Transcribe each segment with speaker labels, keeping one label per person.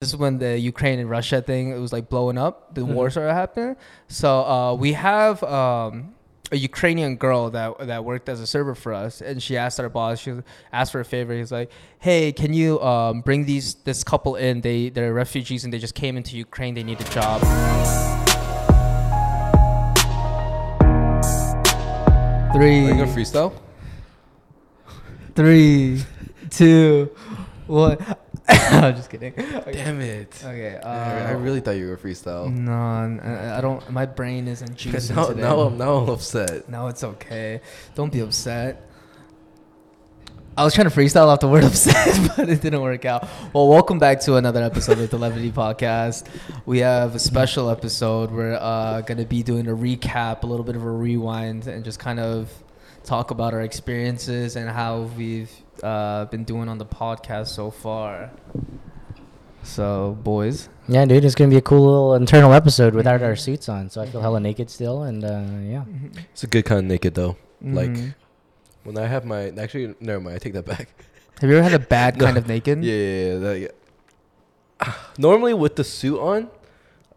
Speaker 1: This is when the Ukraine and Russia thing it was like blowing up.
Speaker 2: Mm-hmm.
Speaker 1: The war started happening. So uh, we have um, a Ukrainian girl that that worked as a server for us, and she asked our boss. She asked for a favor. He's like, "Hey, can you um, bring these this couple in? They they're refugees and they just came into Ukraine. They need a job."
Speaker 2: Are Oh,
Speaker 1: Three,
Speaker 2: you gonna freestyle?
Speaker 1: three, two, one. I'm just kidding. Okay.
Speaker 2: Damn it!
Speaker 1: Okay. Uh, Mm.
Speaker 2: I really thought you were freestyle.
Speaker 1: No, I, I don't. My brain isn't juicing
Speaker 2: Now,
Speaker 1: today.
Speaker 2: now I'm now I'm upset.
Speaker 1: No, it's okay. Don't be upset. I was trying to freestyle off the word upset, but it didn't work out. Well, welcome back to another episode of the Levity Podcast. We have a special episode. We're uh, going to be doing a recap, a little bit of a rewind, and just kind of talk about our experiences and how we've uh, been doing on the podcast so far. So, boys,
Speaker 3: Yeah, dude, it's gonna be a cool little internal episode without our suits on, so I feel hella naked still, and uh, yeah.
Speaker 2: It's a good kind of naked though.
Speaker 1: Mhm.
Speaker 2: Like when I have my actually never mind. I take that back.
Speaker 1: have you ever had a bad
Speaker 2: No.
Speaker 1: kind of naked?
Speaker 2: Yeah, yeah, yeah, that- yeah. Ah, Normally with the suit on,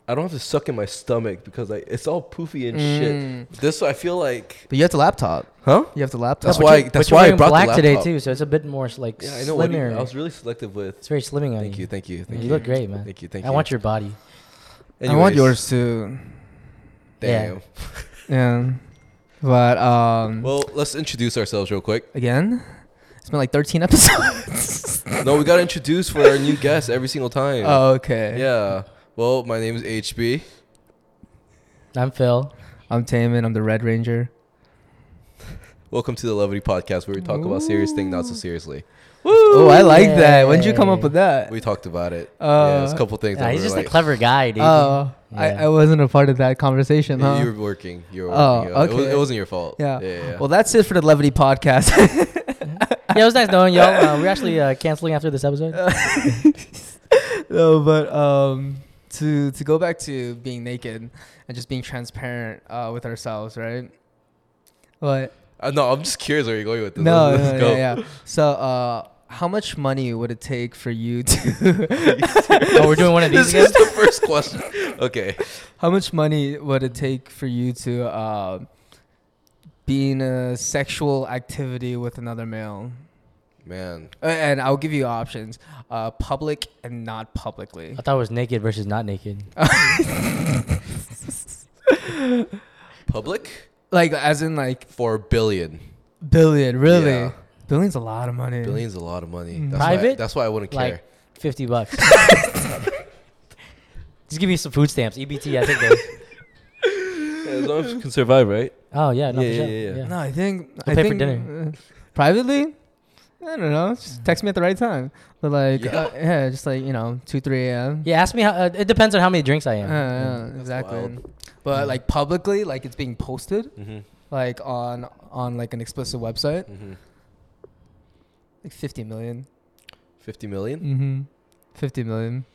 Speaker 2: I don't have to suck in my stomach because like it's all poofy and
Speaker 1: Mm.
Speaker 2: shit. This I feel like,
Speaker 1: But you have the laptop.
Speaker 2: huh?
Speaker 1: You have the laptop.
Speaker 2: That's
Speaker 3: But
Speaker 2: why-
Speaker 3: you-
Speaker 2: that's
Speaker 3: but you're
Speaker 2: why I
Speaker 3: wearing
Speaker 2: brought the
Speaker 3: black today
Speaker 2: laptop.
Speaker 3: too, so it's a bit more s- like
Speaker 2: Yeah, I know. What do you,
Speaker 3: slimmer.
Speaker 2: I was really selective with.
Speaker 3: it's very slimming on
Speaker 2: Thank you, thank you,
Speaker 3: Yeah,
Speaker 2: thank
Speaker 3: you
Speaker 2: you.
Speaker 3: look great, man.
Speaker 2: Thank you, thank
Speaker 3: I
Speaker 2: you.
Speaker 3: want your
Speaker 1: I
Speaker 3: body.
Speaker 1: want
Speaker 2: Anyways,
Speaker 1: yours too.
Speaker 3: Yeah.
Speaker 2: Damn.
Speaker 1: Yeah. But um
Speaker 2: Well, let's introduce ourselves real quick.
Speaker 1: again, it's been like 13 episodes.
Speaker 2: No, we got to introduce for our new guest every single time.
Speaker 1: oh, okay.
Speaker 2: yeah. Well, my name is HB.
Speaker 3: I'm Phil.
Speaker 1: I'm Taman, I'm the Red Ranger.
Speaker 2: Welcome to the Levity Podcast, where we talk about serious things not so seriously.
Speaker 1: Oh, I like that. When'd you come up
Speaker 3: Yay.
Speaker 1: with that?
Speaker 2: We talked about it. yeah,
Speaker 1: Uh,
Speaker 2: there's a couple things.
Speaker 3: Yeah,
Speaker 2: that
Speaker 3: he's
Speaker 2: were
Speaker 3: just
Speaker 2: like,
Speaker 3: a clever guy, dude.
Speaker 1: Oh,
Speaker 3: Yeah.
Speaker 1: I, I wasn't a part of that conversation,
Speaker 2: You-
Speaker 1: huh?
Speaker 2: You were working. You were
Speaker 1: Oh,
Speaker 2: working. yeah. It, was,
Speaker 1: okay.
Speaker 2: it wasn't your fault.
Speaker 1: Yeah.
Speaker 2: Yeah. yeah, yeah.
Speaker 1: Well, that's it for the Levity podcast.
Speaker 3: yeah, it was nice knowing y'all. Uh, we're actually uh, canceling after this episode.
Speaker 2: Uh.
Speaker 1: no, but um, to to go back to being naked and just being transparent uh, with ourselves, right? What?
Speaker 2: Uh, no, I'm just curious where you're going with this.
Speaker 1: No,
Speaker 2: Let's-
Speaker 1: no,
Speaker 2: let's
Speaker 1: no,
Speaker 2: go.
Speaker 1: yeah, yeah. So, uh, how much money would it take for you to?
Speaker 3: oh, we're doing one of
Speaker 2: This
Speaker 3: these again.
Speaker 2: is the first question. Okay.
Speaker 1: how much money would it take for you to uh, be in a sexual activity with another male?
Speaker 2: Man.
Speaker 1: Uh, And I'll give you options: uh, public and not publicly.
Speaker 3: I thought it was naked versus not naked.
Speaker 2: Public?
Speaker 1: Like, as in, like
Speaker 2: For a billion.
Speaker 1: billion. Really,
Speaker 2: Yeah.
Speaker 1: billion's a lot of money.
Speaker 2: Billion's a lot of money.
Speaker 1: Mm.
Speaker 2: That's why-
Speaker 3: Private?
Speaker 2: that's why I wouldn't care.
Speaker 3: Like fifty bucks. just give me some food stamps, EBT. I think. those.
Speaker 2: as long as you can survive, right?
Speaker 3: Oh yeah, no,
Speaker 2: Yeah,
Speaker 3: for sure.
Speaker 2: yeah, yeah, yeah.
Speaker 1: No, I think I
Speaker 3: We'll pay for
Speaker 1: think
Speaker 3: dinner. Mm.
Speaker 1: uh, privately. I don't know. Just text me at the right time. But like,
Speaker 2: Yeah.
Speaker 1: yeah, uh, yeah just like you know, two, three a.m.
Speaker 3: Yeah, ask me how. Uh, it depends on how many drinks I
Speaker 1: Uh,
Speaker 3: am.
Speaker 1: yeah,
Speaker 2: That's
Speaker 1: exactly.
Speaker 2: wild.
Speaker 1: But like publicly, like it's being posted,
Speaker 2: Mm-hmm.
Speaker 1: like on on like an explicit website,
Speaker 2: Mm-hmm.
Speaker 1: like fifty million.
Speaker 2: 50 million?
Speaker 1: Mm-hmm. Fifty million.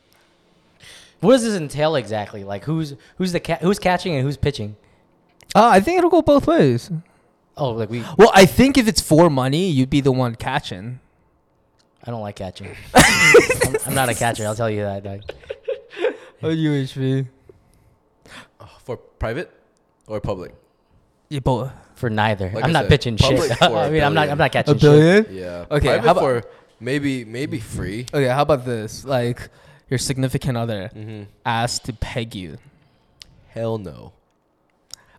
Speaker 3: What does this entail exactly? Like who's who's the ca- who's catching and who's pitching?
Speaker 1: Uh, I think it'll go both ways.
Speaker 3: Oh, like we.
Speaker 1: Well, I think if it's for money, you'd be the one catching.
Speaker 3: I don't like catching. I'm, I'm not a catcher. I'll tell you that. Dog.
Speaker 1: Oh, UHV.
Speaker 2: Uh, For private or public?
Speaker 1: Yeah, both.
Speaker 3: For neither.
Speaker 2: Like
Speaker 3: I'm
Speaker 2: I
Speaker 3: not
Speaker 2: said,
Speaker 3: pitching
Speaker 2: public
Speaker 3: shit.
Speaker 2: for a
Speaker 3: I mean, I'm not.
Speaker 2: billion.
Speaker 3: I'm not
Speaker 1: A
Speaker 3: catching shit.
Speaker 1: billion.
Speaker 2: Yeah.
Speaker 1: Okay,
Speaker 2: Private
Speaker 1: how about-
Speaker 2: for maybe maybe free.
Speaker 1: Okay, how about this? Like your significant other
Speaker 2: Mm-hmm.
Speaker 1: asked to peg you,
Speaker 2: Hell no.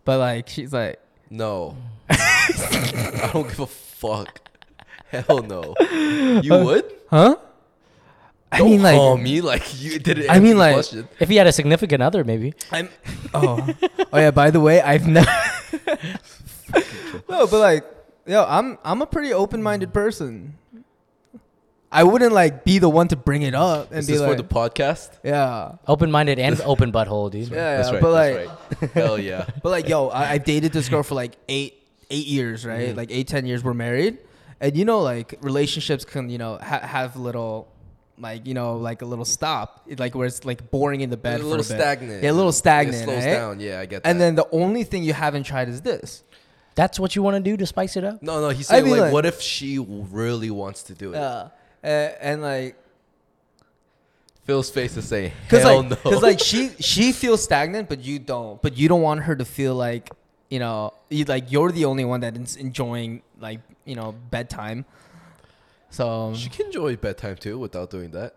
Speaker 1: but like she's like,
Speaker 2: No. I don't give a fuck. Hell no. You would?
Speaker 1: huh? Uh, I
Speaker 2: Don't
Speaker 1: mean, like,
Speaker 2: call me like you didn't.
Speaker 1: I
Speaker 2: answer
Speaker 1: mean,
Speaker 2: the
Speaker 1: like-
Speaker 2: question.
Speaker 3: If he had a significant other, maybe.
Speaker 1: I'm. Oh, oh yeah. By the way, I've never. no, but like, yo, I'm I'm a pretty open-minded person. I wouldn't like be the one to bring it up and
Speaker 2: Is
Speaker 1: be
Speaker 2: this
Speaker 1: like,
Speaker 2: for the podcast?
Speaker 1: yeah,
Speaker 3: Open-minded and open butthole, dude.
Speaker 1: yeah,
Speaker 2: that's
Speaker 1: yeah,
Speaker 2: right.
Speaker 1: but like,
Speaker 2: that's right. Hell yeah.
Speaker 1: But like, yo, I, I dated this girl for like eight eight years,
Speaker 2: Mm-hmm.
Speaker 1: right? Like eight ten years, we're married, and you know, like relationships can you know ha- have little. Like you know, like a little stop, it- like where it's like boring in the bed,
Speaker 2: a
Speaker 1: for
Speaker 2: little
Speaker 1: bit.
Speaker 2: stagnant.
Speaker 1: yeah, a little stagnant,
Speaker 2: It slows
Speaker 1: right?
Speaker 2: down. Yeah, I get that.
Speaker 1: And then the only thing you haven't tried is this.
Speaker 3: That's what you want to do to spice it up.
Speaker 2: no, no, he's saying
Speaker 1: mean,
Speaker 2: like,
Speaker 1: like- uh,
Speaker 2: what if she really wants to do it?
Speaker 1: Yeah, and, and like
Speaker 2: Phil's face is saying,
Speaker 1: Cause
Speaker 2: hell
Speaker 1: like,
Speaker 2: no.
Speaker 1: cause like she she feels stagnant, but you don't. But you don't want her to feel like you know, you, like you're the only one that's enjoying like you know bedtime. So um,
Speaker 2: she can enjoy bedtime too without doing that.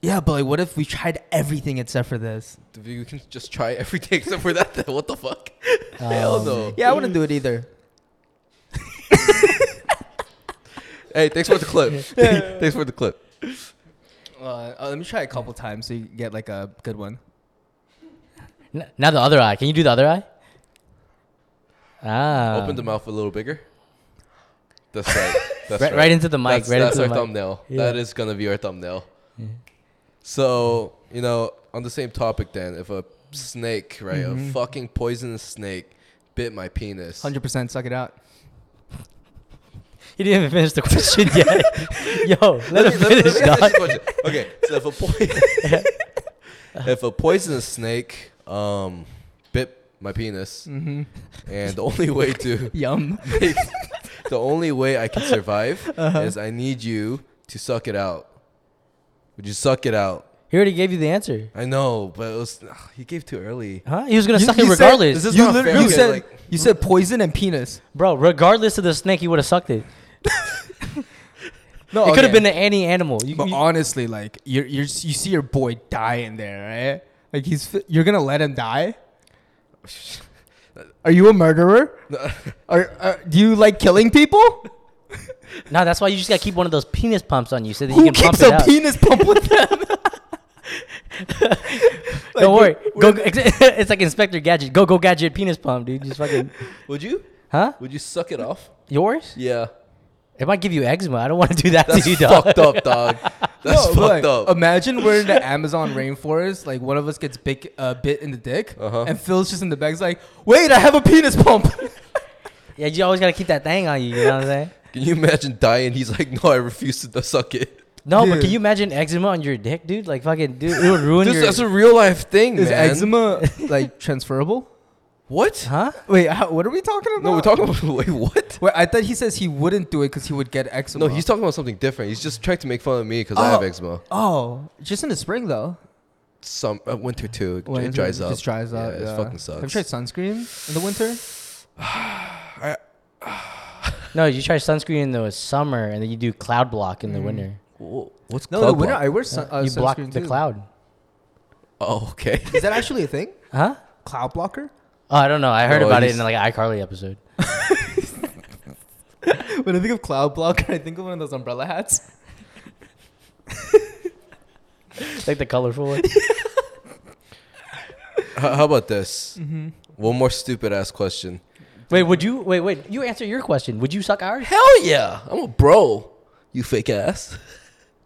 Speaker 1: yeah, but like, what if we tried everything except for this?
Speaker 2: You can just try everything except for that. Then what the fuck? hell
Speaker 3: Um,
Speaker 2: no.
Speaker 1: Yeah, I wouldn't do it either.
Speaker 2: Hey, thanks for the clip. thanks for the clip.
Speaker 1: Uh, uh, let me try a couple times so you get like a good one.
Speaker 3: N- now the other eye. Can you do the other eye? Ah.
Speaker 2: Open the mouth a little bigger. That's right. That's
Speaker 3: Right,
Speaker 2: right.
Speaker 3: right into the mic.
Speaker 2: That's,
Speaker 3: right
Speaker 2: that's
Speaker 3: into
Speaker 2: our
Speaker 3: the mic.
Speaker 2: thumbnail.
Speaker 3: Yeah.
Speaker 2: That is gonna be our thumbnail. So you know, on the same topic, then, if a snake, right,
Speaker 3: Mm-hmm.
Speaker 2: a fucking poisonous snake, bit my penis,
Speaker 1: Hundred percent, suck it out.
Speaker 3: You didn't even finish the question yet. Yo, let,
Speaker 2: Let
Speaker 3: him
Speaker 2: me- let me- let
Speaker 3: finish,
Speaker 2: me
Speaker 3: dog.
Speaker 2: ask you a question. Okay, so if a poison, if a poisonous snake, um, bit my penis,
Speaker 1: Mm-hmm.
Speaker 2: and the only way to
Speaker 1: Yum.
Speaker 2: make, the only way I can survive
Speaker 3: Uh-huh.
Speaker 2: is I need you to suck it out. Would you suck it out?
Speaker 3: He already gave you the answer.
Speaker 2: I know, but it was ugh, he gave too early.
Speaker 3: Huh? He was gonna
Speaker 1: You-
Speaker 3: suck
Speaker 1: you
Speaker 3: it
Speaker 1: said-
Speaker 3: regardless,
Speaker 2: This is
Speaker 1: you
Speaker 2: not
Speaker 1: literally-
Speaker 2: fair.
Speaker 1: you
Speaker 2: Okay,
Speaker 1: said
Speaker 2: like-
Speaker 1: you said poison and penis.
Speaker 3: bro. Regardless of the snake, he would have sucked it.
Speaker 1: No,
Speaker 3: It could have
Speaker 1: okay.
Speaker 3: been to any animal. You,
Speaker 1: But
Speaker 3: you-
Speaker 1: honestly, like you're, you're you see your boy die in there, right? Like he's fi- you're gonna let him die. Are you a murderer? Are, are do you like killing people?
Speaker 3: no, that's why you just gotta keep one of those penis pumps on you so that
Speaker 1: Who
Speaker 3: you can pump
Speaker 1: keeps
Speaker 3: it
Speaker 1: a
Speaker 3: out.
Speaker 1: penis pump with them?
Speaker 3: Don't
Speaker 1: Like,
Speaker 3: worry.
Speaker 1: we're-
Speaker 3: Go, it's like Inspector Gadget. Go, go, Gadget penis pump, dude. Just fucking.
Speaker 2: Would you?
Speaker 3: Huh?
Speaker 2: Would you suck it off?
Speaker 3: Yours?
Speaker 2: Yeah.
Speaker 3: It might give you eczema. I don't want to do that
Speaker 2: That's
Speaker 3: to you, dog.
Speaker 2: fucked up, dog. That's
Speaker 1: No,
Speaker 2: fucked
Speaker 1: but, like,
Speaker 2: up.
Speaker 3: um,
Speaker 1: Imagine we're in the Amazon rainforest, like one of us gets big, uh, bit in the dick,
Speaker 2: Uh-huh.
Speaker 1: and Phil's just in the back. He's like, "Wait, I have a penis pump."
Speaker 3: Yeah, you always gotta keep that thing on you. You know what I'm saying?
Speaker 2: Can you imagine dying? He's like, no, I refuse to suck it.
Speaker 3: No, but
Speaker 1: Dude.
Speaker 3: can you imagine eczema on your dick, dude? Like fucking, dude, it would ruin
Speaker 2: This,
Speaker 3: your.
Speaker 2: that's a real life thing,
Speaker 1: Is
Speaker 2: man.
Speaker 1: eczema like transferable?
Speaker 2: What?
Speaker 3: huh?
Speaker 1: Wait, how, what are we talking about?
Speaker 2: No, we're talking about wait, what?
Speaker 1: Wait, I thought he says he wouldn't do it because he would get eczema.
Speaker 2: No, he's talking about something different. He's just trying to make fun of me because I have
Speaker 1: Oh.
Speaker 2: eczema.
Speaker 1: Oh, just in the spring though.
Speaker 2: Some uh, winter too. It,
Speaker 1: When
Speaker 2: it dries up.
Speaker 1: Just dries up. Yeah,
Speaker 2: it fucking sucks.
Speaker 1: Have you tried sunscreen in the winter?
Speaker 3: No, you try sunscreen in the summer, and then you do cloud block in the winter.
Speaker 2: Wh- What's
Speaker 1: No,
Speaker 2: club
Speaker 1: the winter
Speaker 2: block?
Speaker 1: I wear Mm. sun, uh,
Speaker 3: you block
Speaker 1: sunscreen
Speaker 3: the
Speaker 1: too.
Speaker 3: cloud.
Speaker 2: Oh, okay.
Speaker 1: Is that actually a thing?
Speaker 3: Huh?
Speaker 1: Cloud blocker?
Speaker 3: Oh, I don't know. I heard
Speaker 2: Oh,
Speaker 3: about
Speaker 2: you
Speaker 3: it in like an iCarly episode.
Speaker 1: When I think of cloud blocker, I think of one of those umbrella hats.
Speaker 3: like the colorful one.
Speaker 2: how, how about this? One more stupid ass question.
Speaker 3: wait, would you? Wait, wait. You answer your question. Would you suck ours?
Speaker 2: Hell yeah, I'm a bro. You fake ass.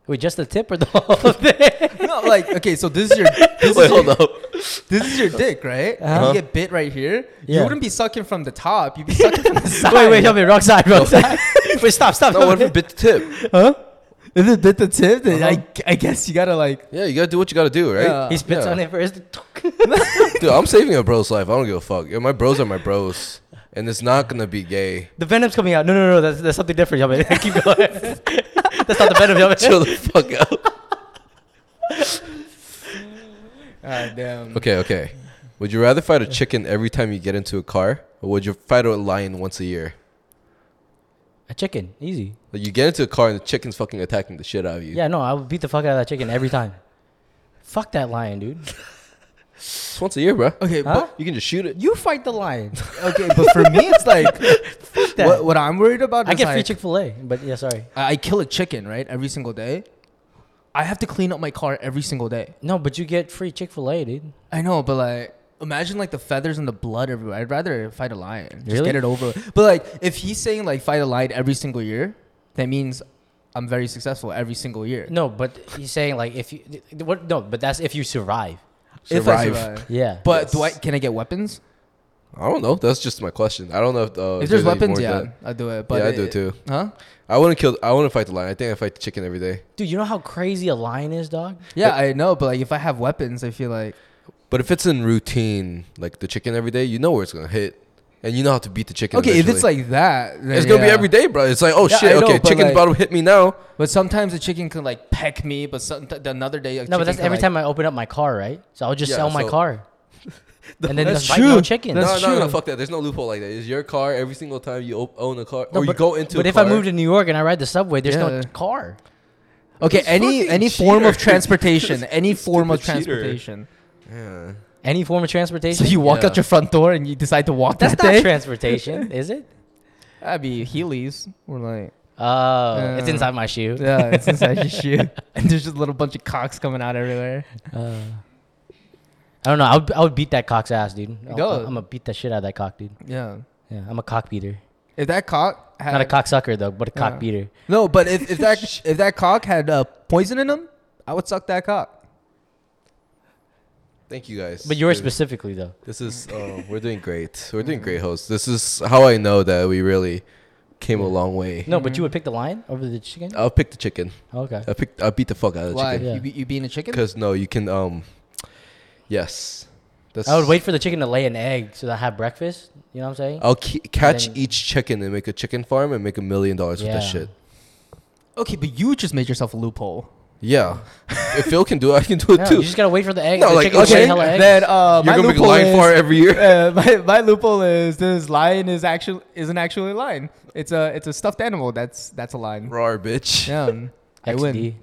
Speaker 3: Wait, just the tip or the whole thing?
Speaker 1: no, like okay, so this is your this, is,
Speaker 2: Wait,
Speaker 1: your,
Speaker 2: hold up.
Speaker 1: this is your dick, right? And
Speaker 3: Uh-huh.
Speaker 1: you get bit right here. You
Speaker 3: Yeah.
Speaker 1: wouldn't be sucking from the top. You'd be sucking from the side.
Speaker 3: wait, wait, help me. Wrong side, wrong side. wait, stop, stop.
Speaker 2: No,
Speaker 3: stop.
Speaker 2: what if it bit the tip?
Speaker 1: Huh? Is it bit the tip? Then
Speaker 3: Uh-huh.
Speaker 1: I, I guess you gotta like.
Speaker 2: Yeah, you gotta do what you gotta do, right?
Speaker 1: Yeah.
Speaker 3: He spits
Speaker 2: Yeah.
Speaker 3: on it first.
Speaker 2: Dude, I'm saving a bro's life. I don't give a fuck. Yeah, my bros are my bros, and it's not gonna be gay.
Speaker 3: the venom's coming out. No, no, no. That's, that's something different, y'all. Keep going. that's not the venom, y'all.
Speaker 2: Chill the fuck out.
Speaker 1: Ah, damn.
Speaker 2: Okay, okay. Would you rather fight a chicken every time you get into a car, or would you fight a lion once a year?
Speaker 3: A chicken, easy.
Speaker 2: Like you get into a car and the chicken's fucking attacking the shit out of you.
Speaker 3: Yeah, no, I would beat the fuck out of that chicken every time. Fuck that lion, dude.
Speaker 2: It's once a year, bro.
Speaker 1: Okay,
Speaker 3: Huh?
Speaker 2: You can just shoot it.
Speaker 3: You fight the lion.
Speaker 1: but okay, but for me it's like
Speaker 3: Fuck that.
Speaker 1: what, what I'm worried about.
Speaker 3: I
Speaker 1: is
Speaker 3: get free
Speaker 1: like,
Speaker 3: Chick Fil A, but yeah, sorry.
Speaker 1: I I kill a chicken, right? Every single day. I have to clean up my car every single day.
Speaker 3: No, but you get free Chick Fil A, dude.
Speaker 1: I know, but like, imagine like the feathers and the blood everywhere. I'd rather fight a lion. Just
Speaker 3: Really?
Speaker 1: get it over. with. But like, if he's saying like fight a lion every single year, that means I'm very successful every single year.
Speaker 3: No, but he's saying like if you th- th- what? No, but that's if you survive.
Speaker 1: If I
Speaker 2: Survive.
Speaker 1: survive.
Speaker 3: Yeah.
Speaker 1: But do I?
Speaker 2: Yes.
Speaker 1: Can I get weapons?
Speaker 2: I don't know. That's just my question. I don't know if, uh,
Speaker 1: if there's
Speaker 2: any
Speaker 1: weapons,
Speaker 2: more
Speaker 1: yeah,
Speaker 2: than-
Speaker 1: I do it. But
Speaker 2: yeah, I
Speaker 1: it-
Speaker 2: do too.
Speaker 1: Huh?
Speaker 2: I wouldn't kill. I wouldn't fight the lion. I think I fight the chicken every day.
Speaker 3: dude, you know how crazy a lion is, dog.
Speaker 1: Yeah, I know. But like, if I have weapons, I feel like
Speaker 2: But if it's in routine, like the chicken every day, you know where it's gonna hit. and you know how to beat the chicken.
Speaker 1: Okay, if it's
Speaker 2: eventually.
Speaker 1: like that, then
Speaker 2: it's gonna be
Speaker 1: yeah.
Speaker 2: every day, bro. It's like, oh
Speaker 1: Yeah, I
Speaker 2: shit,
Speaker 1: know,
Speaker 2: okay,
Speaker 1: but
Speaker 2: chicken's
Speaker 1: like-
Speaker 2: about to hit me now.
Speaker 1: But sometimes the chicken can like peck me, but some, th- the another day. a
Speaker 3: No,
Speaker 1: chicken
Speaker 3: but that's
Speaker 1: can,
Speaker 3: every
Speaker 1: like-
Speaker 3: time I open up my car, right? So I'll just
Speaker 2: Yeah,
Speaker 3: sell my
Speaker 2: so-
Speaker 3: car, and then
Speaker 1: That's
Speaker 3: just bite no
Speaker 1: true.
Speaker 3: chicken.
Speaker 1: That's
Speaker 2: no, no, no,
Speaker 1: true.
Speaker 2: fuck that. There's no loophole like that. It's your car every single time you op- own a car,
Speaker 3: No,
Speaker 2: or you
Speaker 3: but-
Speaker 2: go into.
Speaker 3: But
Speaker 2: a
Speaker 3: if
Speaker 2: car.
Speaker 3: I move to New York and I ride the subway, there's
Speaker 1: Yeah.
Speaker 3: no car.
Speaker 1: Okay,
Speaker 2: This
Speaker 1: any
Speaker 2: fucking
Speaker 1: any form of
Speaker 2: cheater.
Speaker 1: transportation, any form of
Speaker 2: Stupid cheater.
Speaker 1: transportation.
Speaker 2: yeah.
Speaker 3: Any form of
Speaker 1: So
Speaker 3: transportation.
Speaker 1: you walk out
Speaker 2: Yeah.
Speaker 1: your front door and you decide to walk
Speaker 3: that's
Speaker 1: that
Speaker 3: not
Speaker 1: day.
Speaker 3: transportation, is it?
Speaker 1: That'd be Heelys. We're like,
Speaker 3: Oh, it's
Speaker 1: Uh,
Speaker 3: inside my shoe.
Speaker 1: yeah, it's inside your shoe, and there's just a little bunch of cocks coming out everywhere.
Speaker 3: Uh, I don't know. I would, I would beat that cock's ass, dude. I'll-
Speaker 1: Go.
Speaker 3: I'm gonna beat the shit out of that cock, dude.
Speaker 1: Yeah,
Speaker 3: Yeah, I'm a cock beater.
Speaker 1: if that cock had
Speaker 3: Not a cocksucker though, but a
Speaker 1: Yeah.
Speaker 3: cock beater.
Speaker 1: no, but if, if that if that cock had uh, poison in him, I would suck that cock.
Speaker 2: Thank you guys.
Speaker 3: But yours
Speaker 2: Dude,
Speaker 3: specifically though.
Speaker 2: This is. Oh, we're doing great. We're doing great, hosts. This is how I know that we really came a long way.
Speaker 3: No,
Speaker 1: Mm-hmm.
Speaker 3: but you would pick the lion over the chicken.
Speaker 2: I'll pick the chicken.
Speaker 3: Okay.
Speaker 2: I pick. I beat the fuck out of the
Speaker 1: Why
Speaker 2: chicken.
Speaker 3: Yeah.
Speaker 1: you, be, you being a chicken?
Speaker 2: Because no, you can. Um. Yes. That's.
Speaker 3: I would wait for the chicken to lay an egg so that I have breakfast. You know what I'm saying?
Speaker 2: I'll ca- catch
Speaker 3: then-
Speaker 2: each chicken and make a chicken farm and make a million dollars with that
Speaker 3: Yeah.
Speaker 2: shit.
Speaker 1: Okay, but you just made yourself a loophole.
Speaker 2: Yeah. if Phil can do it, I can do it
Speaker 3: No,
Speaker 2: too.
Speaker 3: you just gotta wait for the egg.
Speaker 2: No,
Speaker 3: the
Speaker 2: like,
Speaker 3: chicken to
Speaker 2: okay,
Speaker 3: lay hella eggs.
Speaker 1: Then uh,
Speaker 2: You're
Speaker 1: my
Speaker 2: gonna make a
Speaker 1: loophole
Speaker 2: lion
Speaker 1: is,
Speaker 2: farm every year.
Speaker 1: Uh, my, my loophole is this lion is actually isn't actually a lion. It's a it's a stuffed animal. That's that's a lion.
Speaker 2: Rawr, bitch.
Speaker 1: Yeah, I win.
Speaker 3: XD.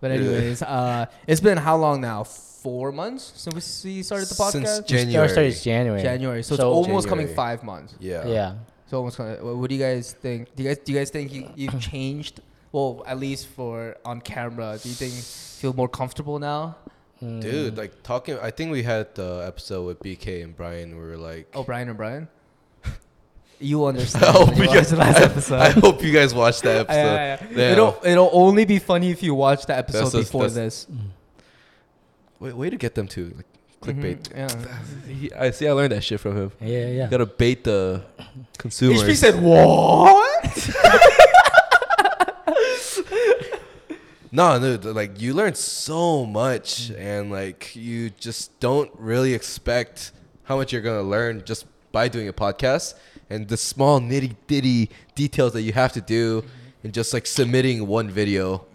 Speaker 1: But
Speaker 2: Yeah.
Speaker 1: anyways, uh, it's been how long now? Four months since we see- started the podcast.
Speaker 2: Since
Speaker 3: January.
Speaker 2: January.
Speaker 3: started January.
Speaker 1: January, so, it's
Speaker 3: So-
Speaker 1: almost coming
Speaker 2: January.
Speaker 1: five months.
Speaker 2: Yeah.
Speaker 3: Yeah.
Speaker 1: So almost. Coming, what, what do you guys think? Do you guys do you guys think you you have changed? Well, at least for on camera, do you think feel more comfortable now?
Speaker 3: Mm.
Speaker 2: Dude, like talking. I think we had the episode with BK and Brian. where We were like,
Speaker 1: Oh, Brian and Brian, you understand.
Speaker 2: I hope
Speaker 1: You
Speaker 2: you
Speaker 1: watched
Speaker 2: guys.
Speaker 1: the last
Speaker 2: Oh, I-
Speaker 1: episode.
Speaker 2: I hope you guys watched that
Speaker 1: Yeah,
Speaker 2: episode.
Speaker 1: yeah, yeah. It'll it'll only be funny if you watch the episode
Speaker 2: That's-
Speaker 1: before this.
Speaker 2: Way, way to get them to like clickbait.
Speaker 1: Mhm, yeah.
Speaker 2: He- I see. I learned that shit from him.
Speaker 3: Yeah, yeah.
Speaker 2: Gotta bait the consumers.
Speaker 1: HP said what?
Speaker 2: No, dude, like you learn so much, and like you just don't really expect how much you're gonna learn just by doing a podcast and the small nitty ditty details that you have to do, and just like submitting one video,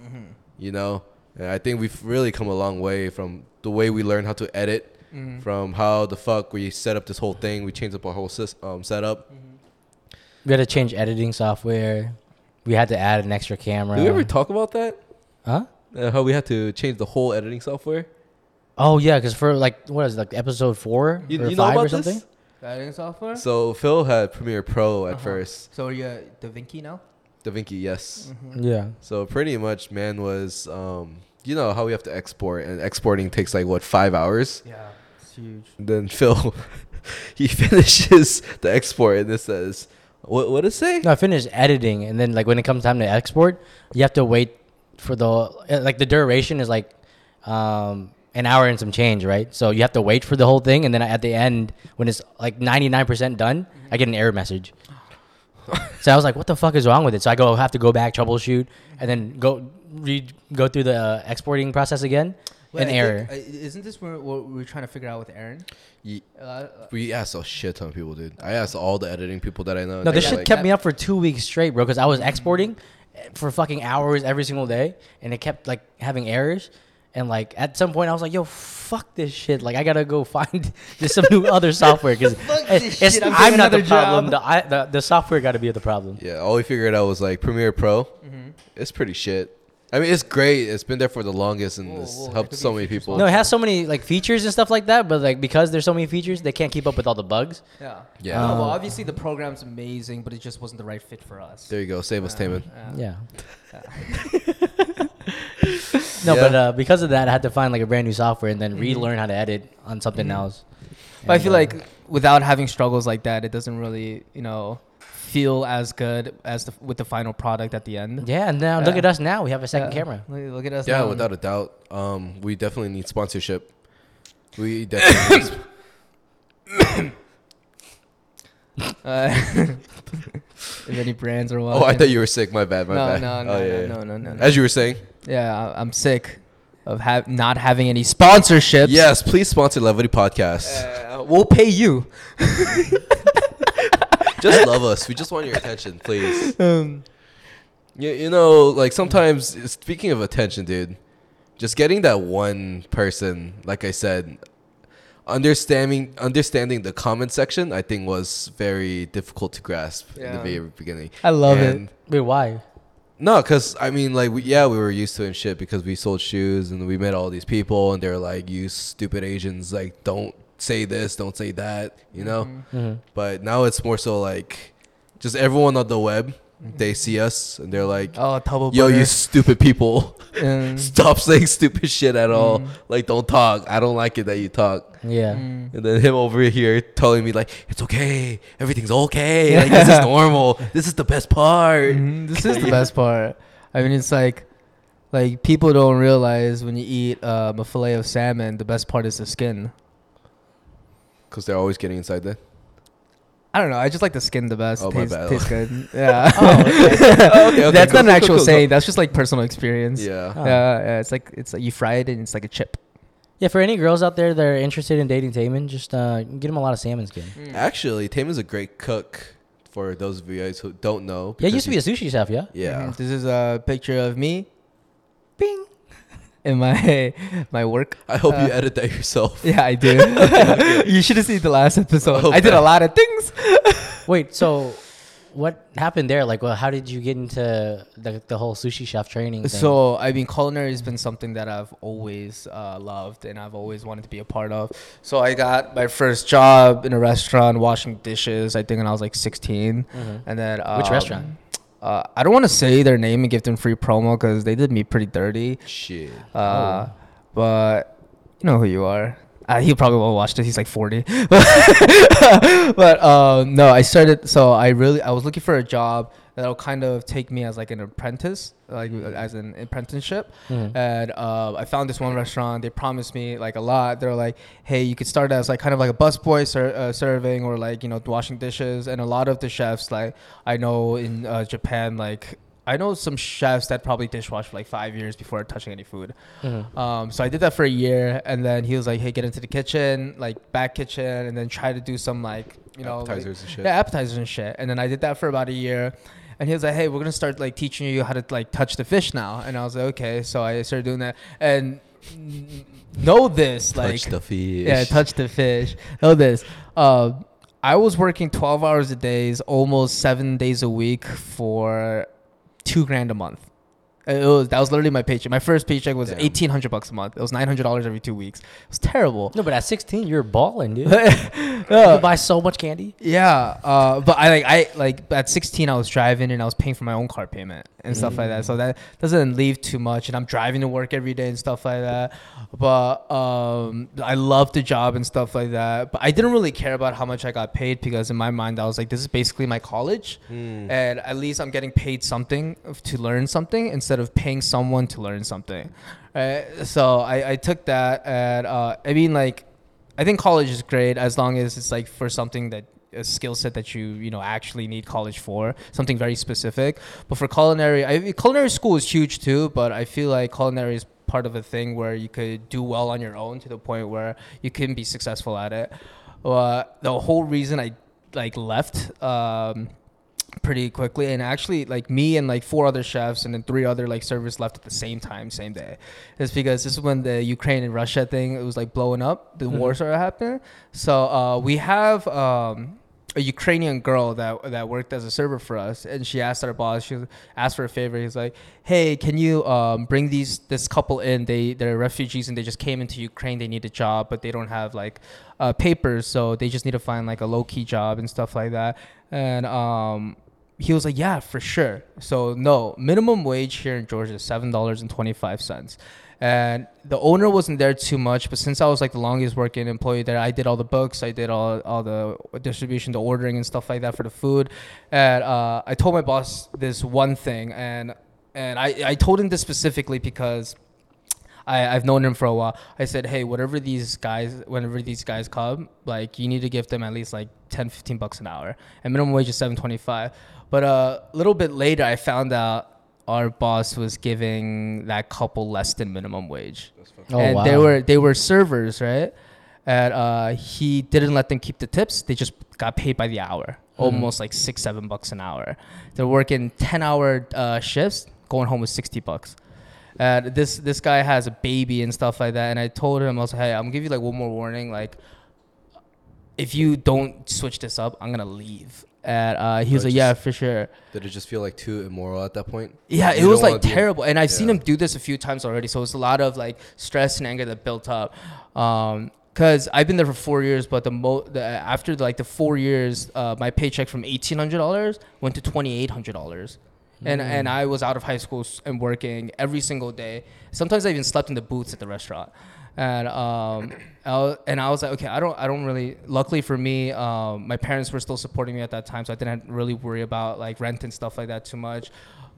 Speaker 2: you know. And I think we've really come a long way from the way we learn how to edit,
Speaker 1: Mm-hmm.
Speaker 2: from how the fuck we set up this whole thing. We changed up our whole sys- um, setup.
Speaker 1: Mm-hmm.
Speaker 3: We had to change editing software. We had to add an extra camera.
Speaker 2: Did we ever talk about that?
Speaker 3: huh?
Speaker 2: Uh, how we had to change the whole editing software?
Speaker 3: Oh yeah, because for like what is it, like episode four
Speaker 2: You,
Speaker 3: or
Speaker 2: you know
Speaker 3: five
Speaker 2: about
Speaker 3: or something?
Speaker 2: this?
Speaker 1: Editing software. So,
Speaker 2: So Phil had Premiere Pro at
Speaker 1: Uh-huh.
Speaker 2: first.
Speaker 1: so are you uh, DaVinci now?
Speaker 2: DaVinci, yes.
Speaker 1: Mm-hmm.
Speaker 3: Yeah.
Speaker 2: So pretty much, man was, um, you know how we have to export, and exporting takes like what five hours.
Speaker 1: Yeah, it's huge.
Speaker 2: Then Phil, he finishes the export, and it says, "What? What does it say?"
Speaker 3: No, I finished editing, and then like when it comes time to export, you have to wait for the uh, like the duration is like um, an hour and some change, right? So you have to wait for the whole thing, and then at the end, when it's like ninety nine percent done, I get an error message. so I was like, "What the fuck is wrong with it?" So I go have to go back troubleshoot, and then go re go through the uh, exporting process again. an error.
Speaker 1: uh, isn't this where, what we're trying to figure out with Aaron?
Speaker 2: Ye-
Speaker 1: Uh, uh,
Speaker 2: We asked a shit ton of people, dude. I asked all the editing people that I know.
Speaker 3: No,
Speaker 2: and
Speaker 3: this
Speaker 2: they're
Speaker 3: shit
Speaker 2: like,
Speaker 3: kept me up for two weeks straight, bro, because I was exporting for fucking hours every single day, and it kept like having errors. And like at some point, I was like, "Yo, fuck this shit! Like, I gotta go find just some new other software because
Speaker 1: Fuck this
Speaker 3: it's
Speaker 1: shit, I'm
Speaker 3: I'm,
Speaker 1: getting
Speaker 3: not the
Speaker 1: another job.
Speaker 3: problem. The, I, the the software got to be the problem.
Speaker 2: Yeah, all we figured out was like Premiere Pro.
Speaker 1: Mm-hmm.
Speaker 2: It's pretty shit. I mean, it's great. It's been there for the longest, and
Speaker 1: Whoa,
Speaker 2: it's
Speaker 1: whoa,
Speaker 2: helped
Speaker 1: it could
Speaker 2: so
Speaker 1: be
Speaker 2: many
Speaker 1: features
Speaker 2: people.
Speaker 3: No, it has so many like features and stuff like that, but like because there's so many features, they can't keep up with all the bugs.
Speaker 1: yeah.
Speaker 2: Yeah.
Speaker 1: No,
Speaker 3: Um,
Speaker 1: Uh, well, obviously the program's amazing, but it just wasn't the right fit for us.
Speaker 2: there you go. Save us,
Speaker 1: Yeah,
Speaker 2: Taman.
Speaker 3: Yeah. no,
Speaker 2: Yeah.
Speaker 3: but uh, because of that, I had to find like a brand new software and then relearn how to edit on something else.
Speaker 1: Mm-hmm. But I
Speaker 3: And,
Speaker 1: feel
Speaker 3: uh,
Speaker 1: like without having struggles like that, it doesn't really, you know, feel as good as the, with the final product at the end.
Speaker 3: Yeah, and now look
Speaker 1: Yeah.
Speaker 3: at us now. We have a second
Speaker 1: Yeah.
Speaker 3: camera.
Speaker 1: Look, look at us.
Speaker 2: Yeah,
Speaker 1: now.
Speaker 2: without a doubt. Um, we definitely need sponsorship. We definitely. need sp-
Speaker 1: Uh, if any brands are watching.
Speaker 2: oh, I thought you were sick. My bad. My
Speaker 1: no,
Speaker 2: bad.
Speaker 1: no,
Speaker 2: Oh,
Speaker 1: no,
Speaker 2: yeah,
Speaker 1: no,
Speaker 2: yeah.
Speaker 1: no, no, no, no.
Speaker 2: As you were saying,
Speaker 1: Yeah, I- I'm sick of ha- not having any sponsorships.
Speaker 2: yes, please sponsor Levity Podcast.
Speaker 1: Uh, out. We'll pay you.
Speaker 2: Just love us. We just want your attention, please.
Speaker 1: Um,
Speaker 2: You, you know, like sometimes, speaking of attention, dude, just getting that one person, like I said, understanding understanding the comment section, I think was very difficult to grasp in
Speaker 1: Yeah.
Speaker 2: the very beginning.
Speaker 1: I love it.
Speaker 2: and
Speaker 3: Wait, why?
Speaker 2: No, because I mean, like, we, yeah, we were used to it and shit because we sold shoes and we met all these people, and they're like, you stupid Asians, like, don't say this, don't say that, you know?
Speaker 1: Mm-hmm.
Speaker 3: Mhm.
Speaker 2: But now it's more so like just everyone on the web, they see us and they're like,
Speaker 1: oh, double
Speaker 2: yo,
Speaker 1: butter.
Speaker 2: you stupid people,
Speaker 1: Um,
Speaker 2: stop saying stupid shit at all.
Speaker 1: Mm-hmm.
Speaker 2: Like, don't talk. I don't like it that you talk.
Speaker 3: Yeah.
Speaker 1: mm.
Speaker 2: And then him over here telling me like it's okay, everything's okay, like this is normal, this is the best part.
Speaker 1: Mhm, This is the best part. I mean, it's like, like people don't realize when you eat um, a fillet of salmon, the best part is the skin.
Speaker 2: Cause they're always getting inside that.
Speaker 1: I don't know. I just like the skin the best.
Speaker 2: Oh, my
Speaker 1: tastes,
Speaker 2: bad.
Speaker 1: tastes good. Yeah.
Speaker 3: Oh, okay.
Speaker 2: okay,
Speaker 1: That's
Speaker 2: cool,
Speaker 1: not an
Speaker 2: cool,
Speaker 1: actual
Speaker 2: cool, cool.
Speaker 1: saying. That's just like personal experience.
Speaker 2: Yeah. Ah.
Speaker 1: Yeah,
Speaker 3: Oh.
Speaker 1: yeah, it's like it's like you fry it and it's like a chip.
Speaker 3: Yeah, for any girls out there that are interested in dating Taman, just uh, get him a lot of salmon skin.
Speaker 1: Hmm.
Speaker 2: Mm. Actually, Tame is a great cook. For those of you guys who don't know,
Speaker 3: Yeah,
Speaker 2: because
Speaker 3: he used to be
Speaker 2: he-
Speaker 3: a sushi chef, yeah?
Speaker 2: yeah.
Speaker 1: Mhm. This is a picture of me
Speaker 3: Bing.
Speaker 1: in my my work.
Speaker 2: I hope
Speaker 1: Uh,
Speaker 2: you edit that yourself.
Speaker 1: Yeah, I do. you should have seen the last episode.
Speaker 2: Oh,
Speaker 1: I did a
Speaker 2: okay.
Speaker 1: lot of things.
Speaker 3: Wait, so what happened there? Like, well, how did you get into the, the whole sushi chef training thing?
Speaker 1: So I mean, culinary has been something that I've always uh, loved and I've always wanted to be a part of. So I got my first job in a restaurant washing dishes. I think when I was like 16,
Speaker 3: Mhm.
Speaker 1: and then um,
Speaker 3: Which restaurant?
Speaker 1: Uh, I don't want to say their name and give them free promo because they did me pretty dirty.
Speaker 2: Shit.
Speaker 1: Uh, But you know who you are. Uh, he probably won't watch this. He's like 40. but um, no, I started. So I really, I was looking for a job that'll kind of take me as like an apprentice, like as an apprenticeship.
Speaker 3: Mhm.
Speaker 1: And uh, I found this one restaurant. They promised me like a lot. They're like, hey, you could start as like kind of like a busboy ser- uh, serving or like you know washing dishes. And a lot of the chefs, like I know in uh, Japan, like I know some chefs that probably dishwash for like five years before touching any food.
Speaker 3: Mhm.
Speaker 1: Um, so I did that for a year, and then he was like, "Hey, get into the kitchen, like back kitchen, and then try to do some like you know like-
Speaker 2: Appetizers and shit.
Speaker 1: yeah, appetizers and shit." And then I did that for about a year, and he was like, "Hey, we're gonna start like teaching you how to like touch the fish now." And I was like, "Okay." So I started doing that, and n- know this like
Speaker 2: touch the fish.
Speaker 1: yeah, touch the fish. Know this. Uh, I was working 12 hours a day, almost seven days a week for two grand a month. It was, that was literally my paycheck. My first paycheck was
Speaker 2: Damn.
Speaker 1: 1800 bucks a month. It was $900 every two weeks. It was terrible.
Speaker 3: No, but at 16, you're balling, dude. you
Speaker 1: Uh,
Speaker 3: could buy so much candy.
Speaker 1: yeah, uh, but I like I like at 16 I was driving and I was paying for my own car payment and stuff like that. So that doesn't leave too much, and I'm driving to work every day and stuff like that. But um, I love the job and stuff like that. But I didn't really care about how much I got paid because in my mind I was like, this is basically my college,
Speaker 2: Mm. Hmm.
Speaker 1: and at least I'm getting paid something f- to learn something instead of paying someone to learn something. Right? So I, I took that, and uh, I mean like. I think college is great as long as it's like for something that a skill set that you you know actually need college for something very specific. But for culinary, I, culinary school is huge too. But I feel like culinary is part of a thing where you could do well on your own to the point where you can be successful at it. Uh, the whole reason I like left. Um, pretty quickly and actually like me and like four other chefs and then three other like servers left at the same time same day it's because this is when the ukraine and russia thing it was like blowing up the war started happening so uh, we have um, a ukrainian girl that that worked as a server for us and she asked our boss she asked for a favor he's like hey can you um, bring these this couple in they they're refugees and they just came into ukraine they need a job but they don't have like uh, papers so they just need to find like a low-key job and stuff like that and um, he was like, "Yeah, for sure." So no, minimum wage here in Georgia is seven dollars and twenty five cents, and the owner wasn't there too much. But since I was like the longest working employee there, I did all the books, I did all all the distribution, the ordering, and stuff like that for the food. And uh, I told my boss this one thing, and and I I told him this specifically because. I, I've known him for a while. I said, hey, whatever these guys, whenever these guys come, like you need to give them at least like 10, 15 bucks an hour. And minimum wage is 725. But uh, a little bit later, I found out our boss was giving that couple less than minimum wage.
Speaker 3: Oh,
Speaker 1: and
Speaker 3: wow.
Speaker 1: they were they were servers, right? and uh, he didn't let them keep the tips. They just got paid by the hour,
Speaker 3: Mhm.
Speaker 1: almost like six, seven bucks an hour. They're working ten-hour uh, shifts, going home with sixty bucks. And this this guy has a baby and stuff like that. And I told him, I was like, hey, I'm gonna give you like one more warning, like if you don't switch this up, I'm gonna leave. And uh, he was
Speaker 2: Or
Speaker 1: like,
Speaker 2: just-
Speaker 1: yeah, for sure.
Speaker 2: Did it just feel like too immoral at that point?
Speaker 1: Yeah,
Speaker 2: You
Speaker 1: it was
Speaker 2: don't
Speaker 1: like
Speaker 2: wanna be-
Speaker 1: terrible, and I've seen
Speaker 2: yeah.
Speaker 1: him do this a few times already. So it's a lot of like stress and anger that built up. Um, Cause I've been there for four years, but the mo the, after like the four years, uh, my paycheck from eighteen hundred dollars went to twenty eight hundred dollars, and
Speaker 2: Mm.
Speaker 1: and I was out of high school s- and working every single day. Sometimes I even slept in the booths at the restaurant, and um, I wa- and I was like, okay, I don't I don't really. Luckily for me, um, my parents were still supporting me at that time, so I didn't really worry about like rent and stuff like that too much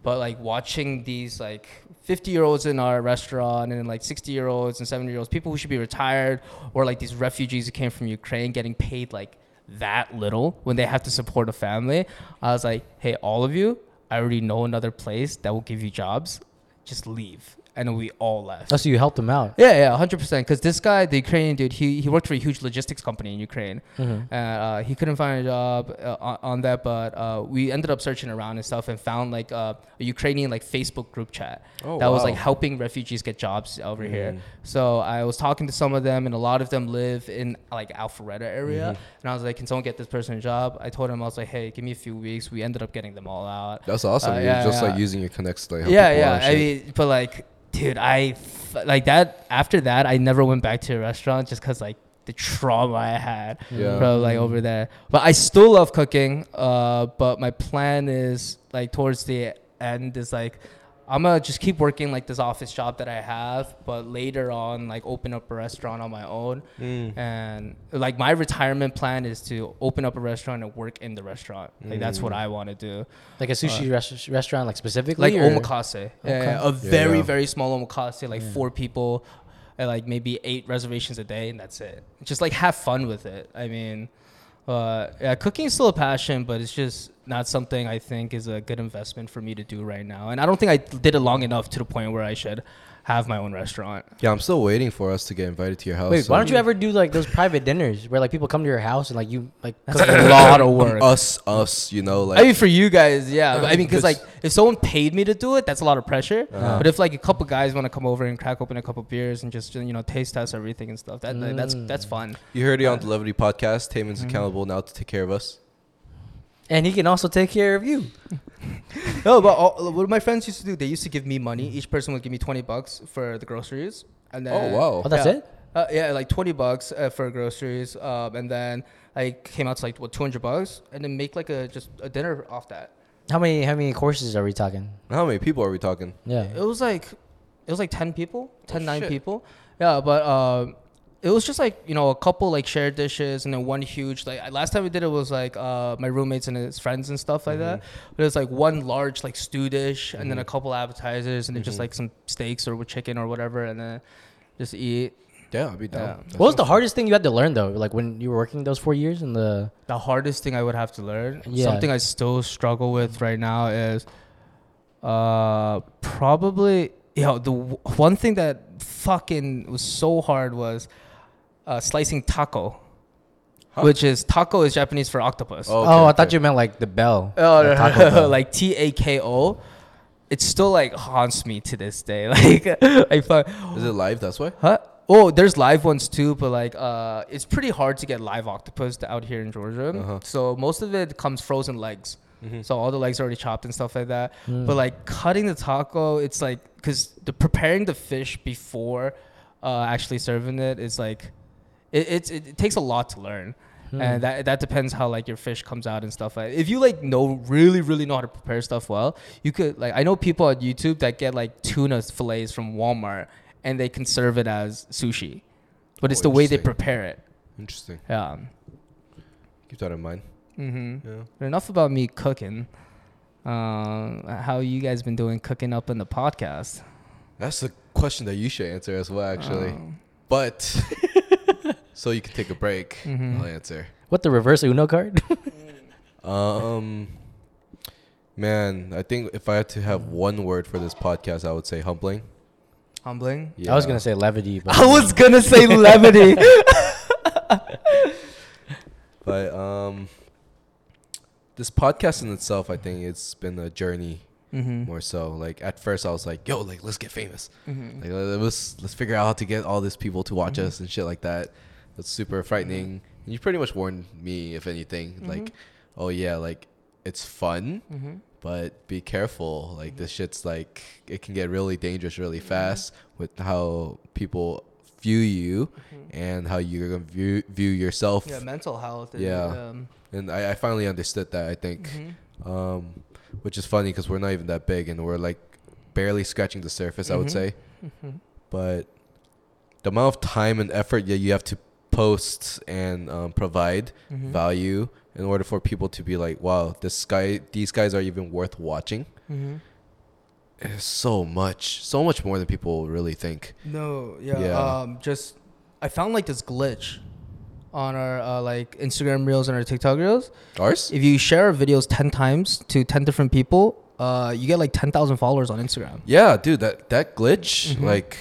Speaker 1: but like watching these like 50 year olds in our restaurant and like 60 year olds and 70 year olds people who should be retired or like these refugees who came from ukraine getting paid like that little when they have to support a family i was like hey all of you i already know another place that will give you jobs just leave and then we all left
Speaker 3: Oh, so you helped him out.
Speaker 1: yeah, yeah, hundred percent. Because this guy, the Ukrainian dude, he he worked for a huge logistics company in Ukraine,
Speaker 2: Mm-hmm.
Speaker 1: and uh, he couldn't find a job uh, on, on that. But uh, we ended up searching around and stuff, and found like uh, a Ukrainian like Facebook group chat
Speaker 2: Oh,
Speaker 1: that was
Speaker 2: wow. Mm-hmm.
Speaker 1: like helping refugees get jobs over here. So I was talking to some of them, and a lot of them live in like Alpharetta area.
Speaker 2: Mm-hmm.
Speaker 1: And I was like, "Can someone get this person a job?" I told him, I was like, "Hey, give me a few weeks." We ended up getting them all out.
Speaker 2: That's awesome.
Speaker 1: Uh,
Speaker 2: You're
Speaker 1: yeah,
Speaker 2: just like
Speaker 1: yeah.
Speaker 2: using your connects to like help people
Speaker 1: Yeah,
Speaker 2: out
Speaker 1: yeah.
Speaker 2: and
Speaker 1: I
Speaker 2: shit.
Speaker 1: mean, but like, dude, I f- like that. After that, I never went back to a restaurant just because like the trauma I had
Speaker 2: Yeah.
Speaker 1: from like over there. But I still love cooking. Uh, but my plan is like towards the end is like. I'm gonna just keep working like this office job that I have, but later on, like open up a restaurant on my own.
Speaker 2: Hmm.
Speaker 1: And like my retirement plan is to open up a restaurant and work in the restaurant. Like that's
Speaker 2: Mm.
Speaker 1: what I want to do
Speaker 3: Like a sushi rest- restaurant, like specifically.
Speaker 1: like
Speaker 3: or-
Speaker 1: omakase. Yeah, yeah, a
Speaker 2: Yeah,
Speaker 1: very
Speaker 2: yeah.
Speaker 1: very small omakase, like four people, and like maybe eight reservations a day, and that's it. Just like have fun with it. I mean, uh, yeah, cooking is still a passion, but it's just not something I think is a good investment for me to do right now. And I don't think I did it long enough to the point where I should have my own restaurant.
Speaker 2: yeah, I'm still waiting for us to get invited to your house.
Speaker 3: Wait,
Speaker 2: so-
Speaker 3: why don't you ever do like those private dinners where like people come to your house and like you like
Speaker 1: That's
Speaker 3: cook-
Speaker 1: a lot of work.
Speaker 2: us, us, you know, like
Speaker 1: I mean, for you guys, yeah. But I mean, because like,
Speaker 2: Because-
Speaker 1: if someone paid me to do it, that's a lot of pressure.
Speaker 3: Uh-huh.
Speaker 1: But if like a couple guys want to come over and crack open a couple beers and just you know taste test everything and stuff, that like, that's
Speaker 3: Mm.
Speaker 1: that's fun.
Speaker 2: you heard it on the Levity podcast. Taman's
Speaker 1: Mm-hmm.
Speaker 2: accountable now to take care of us.
Speaker 3: and he can also take care of you.
Speaker 1: no, but all, what my friends used to do, they used to give me money. Each person would give me twenty bucks for the groceries, and then
Speaker 2: oh wow,
Speaker 3: Oh, that's
Speaker 1: Yeah.
Speaker 3: it.
Speaker 1: Uh, yeah, like twenty bucks uh, for groceries, um, and then I came out to like what two hundred bucks, and then make like a just a dinner off that.
Speaker 3: How many how many courses are we talking?
Speaker 2: how many people are we talking?
Speaker 1: It
Speaker 3: Yeah.
Speaker 1: was like it was like 10 people, 10 9
Speaker 2: shit.
Speaker 1: people. Yeah, but um it was just like, you know, a couple like shared dishes and then one huge like I- last time we did it was like uh my roommates and his friends and stuff like that. But it was like one large like stew dish and then a couple appetizers and then just like some steaks or with chicken or whatever and then just eat.
Speaker 2: Yeah, I'd be down.
Speaker 1: Yeah.
Speaker 2: That's
Speaker 3: What was the
Speaker 2: awesome.
Speaker 3: hardest thing you had to learn though? Like when you were working those four years in the
Speaker 1: The hardest thing I would have to learn,
Speaker 3: Yeah.
Speaker 1: something I still struggle with right now is uh probably you know the w- one thing that fucking was so hard was uh, slicing taco,
Speaker 2: Huh?
Speaker 1: which is taco is Japanese for octopus.
Speaker 2: Oh, okay,
Speaker 3: oh, I
Speaker 2: okay.
Speaker 3: thought you meant like the bell.
Speaker 1: Oh,
Speaker 3: the
Speaker 1: no,
Speaker 3: Taco
Speaker 1: no, no,
Speaker 3: Bell.
Speaker 1: like T A K O. It still like haunts me to this day. Like I fuck.
Speaker 2: Is it live? That's why.
Speaker 1: Huh? Oh, there's live ones too, but like, uh, it's pretty hard to get live octopus out here in Georgia.
Speaker 2: Uh-huh.
Speaker 1: So most of it comes frozen legs. So all the legs are already chopped and stuff like that. But like cutting the taco, it's like because the preparing the fish before uh, actually serving it is like, it, it's it, it takes a lot to learn.
Speaker 3: Hmm.
Speaker 1: And that that depends how like your fish comes out and stuff. Like, if you like know really really know how to prepare stuff well, you could like I know people on YouTube that get like tuna fillets from Walmart and they can serve it as sushi, but it's the
Speaker 2: Oh,
Speaker 1: way they
Speaker 2: interesting.
Speaker 1: prepare it.
Speaker 2: Interesting.
Speaker 1: Yeah.
Speaker 2: Keep that in mind.
Speaker 1: Mm-hmm.
Speaker 2: Yeah.
Speaker 1: But enough about me cooking. Um, how you guys been doing cooking up in the podcast?
Speaker 2: That's the question that you should answer as well, actually.
Speaker 3: Oh.
Speaker 1: Um,
Speaker 2: But so you can take a break.
Speaker 3: Mm-hmm.
Speaker 2: I'll answer.
Speaker 3: What the reverse Uno card?
Speaker 2: Um, man, I think if I had to have one word for this podcast, I would say humbling.
Speaker 1: humbling.
Speaker 2: Yeah.
Speaker 3: I was gonna say levity, but
Speaker 1: I was gonna say levity.
Speaker 2: um, this podcast in itself, I think it's been a journey
Speaker 1: Mm-hmm.
Speaker 2: more so. Like at first, I was like, "Yo, like let's get famous.
Speaker 1: Mm-hmm.
Speaker 2: Like let- let's let's figure out how to get all these people to watch us and shit like that." That's super frightening. And you pretty much warned me, if anything, like, "Oh yeah, like it's fun,
Speaker 1: Mm-hmm.
Speaker 2: but be careful. Like this shit's like it can get really dangerous really fast with how people." view you and how you're gonna view view yourself
Speaker 1: Yeah, mental health. And,
Speaker 2: Yeah.
Speaker 1: Um, mm-hmm.
Speaker 2: and I, I finally understood that I think, um, which is funny because we're not even that big and we're like barely scratching the surface. I would say,
Speaker 1: Mm-hmm.
Speaker 2: but the amount of time and effort that you have to post and um, provide
Speaker 1: Mm-hmm.
Speaker 3: Mm-hmm.
Speaker 2: value in order for people to be like, wow, this guy, these guys are even worth watching.
Speaker 3: Mm-hmm.
Speaker 1: mhm.
Speaker 2: It's so much, so much more than people really think.
Speaker 1: No, yeah,
Speaker 2: Yeah.
Speaker 1: Um, just I found like this glitch on our uh, like Instagram reels and our TikTok reels.
Speaker 2: Ours?
Speaker 1: If you share our videos ten times to ten different people, uh, you get like ten thousand followers on Instagram.
Speaker 2: Yeah, dude, that that glitch,
Speaker 1: Mm-hmm.
Speaker 2: like,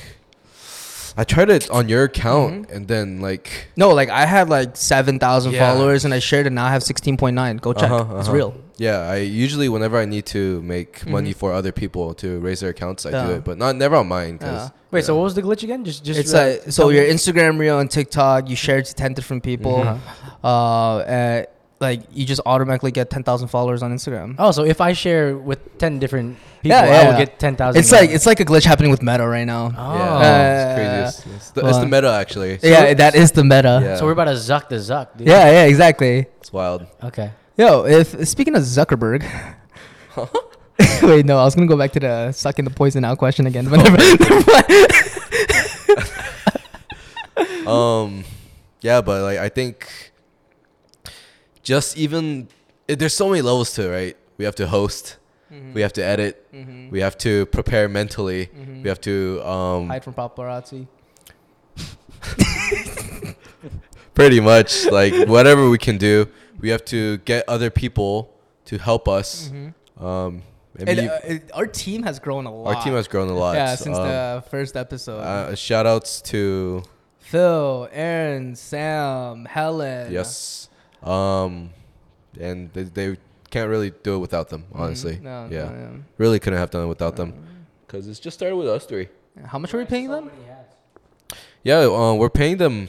Speaker 2: I tried it on your account
Speaker 1: Mm-hmm.
Speaker 2: and then like.
Speaker 1: No, like I had like seven thousand
Speaker 2: Yeah.
Speaker 1: followers and I shared it. Now I have sixteen point nine. Go check.
Speaker 2: Uh-huh,
Speaker 1: It's
Speaker 2: uh-huh.
Speaker 1: real.
Speaker 2: Yeah, I usually whenever I need to make money
Speaker 1: Mhm.
Speaker 2: for other people to raise their accounts, I do
Speaker 1: Yeah.
Speaker 2: it, but not never on mine. 'cause-
Speaker 1: Yeah.
Speaker 3: Wait, so
Speaker 2: yeah.
Speaker 3: what was the glitch again? Just just
Speaker 1: it's
Speaker 3: uh,
Speaker 1: like so
Speaker 3: tell me.
Speaker 1: your Instagram reel and TikTok, you share it to ten different people.
Speaker 2: Mhm.
Speaker 1: Uh, and, like you just automatically get ten thousand followers on Instagram.
Speaker 3: Oh, so if I share with ten different people,
Speaker 1: Yeah,
Speaker 3: I will
Speaker 1: yeah.
Speaker 3: get ten thousand.
Speaker 1: It's like it's like a glitch happening with Meta right now.
Speaker 3: oh.
Speaker 2: yeah, it's
Speaker 1: Uh,
Speaker 2: crazy. It's, it's the, it's the
Speaker 1: well.
Speaker 2: meta actually.
Speaker 1: yeah, that is the Meta.
Speaker 2: Yeah.
Speaker 3: So we're about to zuck the zuck, dude.
Speaker 1: Yeah, yeah, exactly.
Speaker 2: It's wild.
Speaker 3: Okay.
Speaker 1: Yo, if speaking of Zuckerberg, wait, no, I was gonna go back to the sucking the poison out question again. But never, never mind.
Speaker 2: Um, yeah, but like I think, just even it, there's so many levels to it, right? We have to host, we have to edit, we have to prepare mentally, we have to um
Speaker 1: Hide from paparazzi.
Speaker 2: pretty much like whatever we can do, we have to get other people to help us. Um, maybe
Speaker 1: And,
Speaker 2: you-
Speaker 1: uh, it- our team has grown a lot.
Speaker 2: Our team has grown a lot.
Speaker 1: yeah since
Speaker 2: Um,
Speaker 1: the first episode.
Speaker 2: uh, shout outs to
Speaker 1: Phil, Aaron, Sam, Helen.
Speaker 2: yes, um, and they, they can't really do it without them.
Speaker 1: Mhm.
Speaker 2: Honestly,
Speaker 1: No, no,
Speaker 2: yeah,
Speaker 1: no.
Speaker 2: really couldn't have done it without them because it's just started with us three.
Speaker 1: How much are we paying them?
Speaker 2: Yeah, uh, we're paying them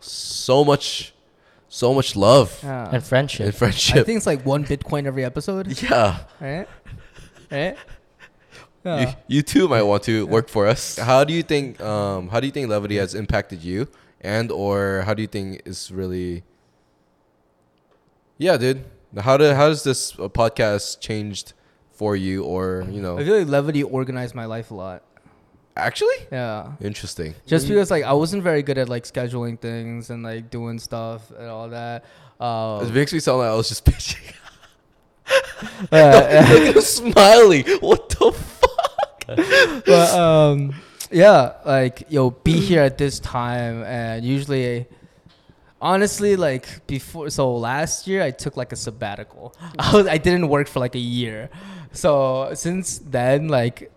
Speaker 2: so much, so much love
Speaker 1: Yeah.
Speaker 3: And friendship.
Speaker 2: and
Speaker 1: Uh, I
Speaker 2: friendship.
Speaker 1: think it's like one Bitcoin every episode,
Speaker 2: yeah.
Speaker 1: right? Right?
Speaker 2: You,
Speaker 1: Eh? Yeah.
Speaker 2: you too might want to work for us. How do you think um how do you think levity has impacted you and or how do you think it's really Yeah, dude. How do how does this uh, podcast changed for you or, you
Speaker 1: I
Speaker 2: know,
Speaker 1: feel like levity organized my life a lot.
Speaker 2: actually?
Speaker 1: Yeah.
Speaker 2: Interesting.
Speaker 1: Just because like I wasn't very good at like scheduling things and like doing stuff and all that.
Speaker 2: It
Speaker 1: Um,
Speaker 2: makes me sound like I was just pitching.
Speaker 1: uh,
Speaker 2: Look at him smiling. What the fuck?
Speaker 1: but um, yeah, like yo, be here at this time, and usually, honestly, like before, so last year I took like a sabbatical. I was, I didn't work for like a year, so since then, like,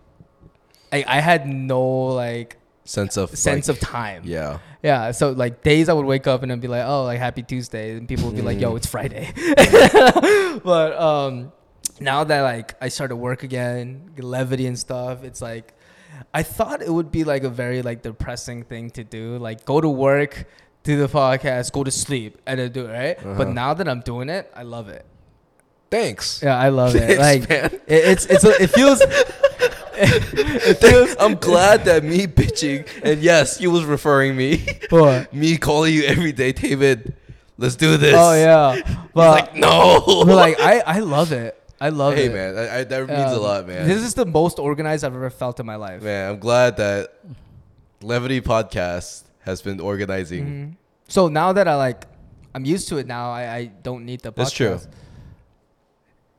Speaker 1: I I had no like
Speaker 2: Sense of
Speaker 1: sense
Speaker 2: like,
Speaker 1: of time.
Speaker 2: Yeah.
Speaker 1: Yeah, so like days I would wake up and I'd be like, oh, like happy Tuesday, and people would be like, yo, it's Friday. but um, now that like I started work again, levity and stuff, it's like I thought it would be like a very like depressing thing to do, like go to work, do the podcast, go to sleep, and then do it right. But
Speaker 2: Uh-huh.
Speaker 1: now that I'm doing it, I love it.
Speaker 2: Thanks.
Speaker 1: Yeah, I love it.
Speaker 2: Thanks,
Speaker 1: Like
Speaker 2: man.
Speaker 1: it, it's it's a, it feels. it feels
Speaker 2: I'm glad that me bitching and yes, he was referring me.
Speaker 1: what?
Speaker 2: me calling you every day, David. Let's do this.
Speaker 1: Oh yeah, but
Speaker 2: He's like no.
Speaker 1: but like I, I love it. I love it.
Speaker 2: hey man, I, I, that means a
Speaker 1: Um,
Speaker 2: lot, man.
Speaker 1: This is the most organized I've ever felt in my life.
Speaker 2: man, I'm glad that Levity Podcast has been organizing.
Speaker 1: So now that I like, I'm used to it now. I, I don't need the. Podcast.
Speaker 2: That's true.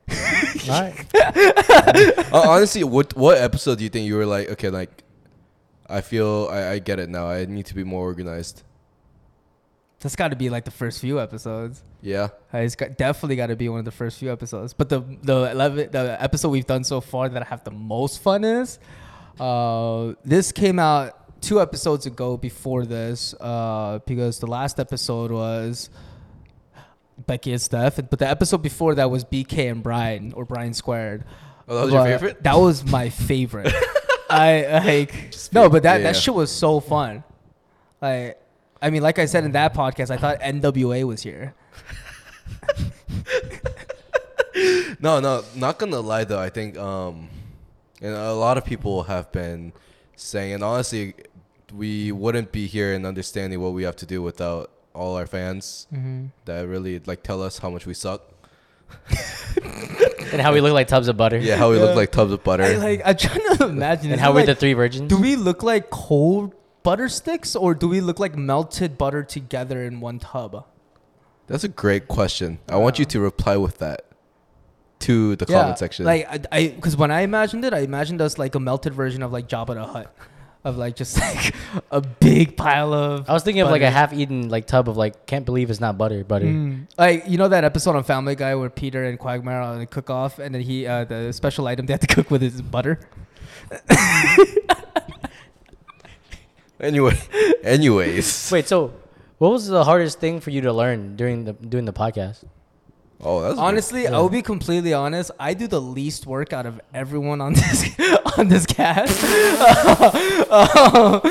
Speaker 3: All right.
Speaker 1: Mm-hmm.
Speaker 2: Uh, honestly, what what episode do you think you were like? Okay, like I feel I, I get it now. I need to be more organized.
Speaker 1: That's got to be like the first few episodes.
Speaker 2: Yeah.
Speaker 1: Uh, It's got, definitely got to be one of the first few episodes. But the the 11, the episode we've done so far that I have the most fun is, uh, this came out two episodes ago before this, uh, because the last episode was Becky and Steph, but the episode before that was BK and Brian or Brian squared.
Speaker 2: Oh, that was your
Speaker 1: But
Speaker 2: favorite?
Speaker 1: That was my favorite. I like
Speaker 2: Just
Speaker 1: no,
Speaker 2: pick-
Speaker 1: but that
Speaker 2: yeah.
Speaker 1: that shit was so fun. Like, I mean, like I said in that podcast, I thought NWA was here.
Speaker 2: No, no, not gonna lie though. I think um, and a lot of people have been saying, and honestly, we wouldn't be here and understanding what we have to do without all our fans
Speaker 1: Mm-hmm.
Speaker 2: that really like tell us how much we suck.
Speaker 3: and how we look like tubs of butter.
Speaker 2: Yeah, how we
Speaker 1: Yeah.
Speaker 2: look like tubs of butter.
Speaker 1: I, like I'm trying to imagine.
Speaker 3: And
Speaker 1: is
Speaker 3: how
Speaker 1: it
Speaker 3: we're
Speaker 1: like-
Speaker 3: the three virgins.
Speaker 1: Do we look like cold butter sticks, or do we look like melted butter together in one tub?
Speaker 2: That's a great question. I want you to reply with that to the comment section.
Speaker 1: Like I- I, because when I imagined it, I imagined us like a melted version of like Jabba the Hutt, of like just like a big pile of.
Speaker 3: I was thinking of like a
Speaker 1: butter.
Speaker 3: half-eaten like tub of like can't believe it's not butter, butter.
Speaker 1: Mm. Like you know that episode on Family Guy where Peter and Quagmire are on a cook off, and then he uh, the special item they have to cook with is butter.
Speaker 2: anyway, anyways.
Speaker 3: Wait, so what was the hardest thing for you to learn during the doing the podcast?
Speaker 2: Oh, that's
Speaker 1: Honestly,
Speaker 3: Yeah.
Speaker 1: I'll be completely honest. I do the least work out of everyone on this on this cast. Um,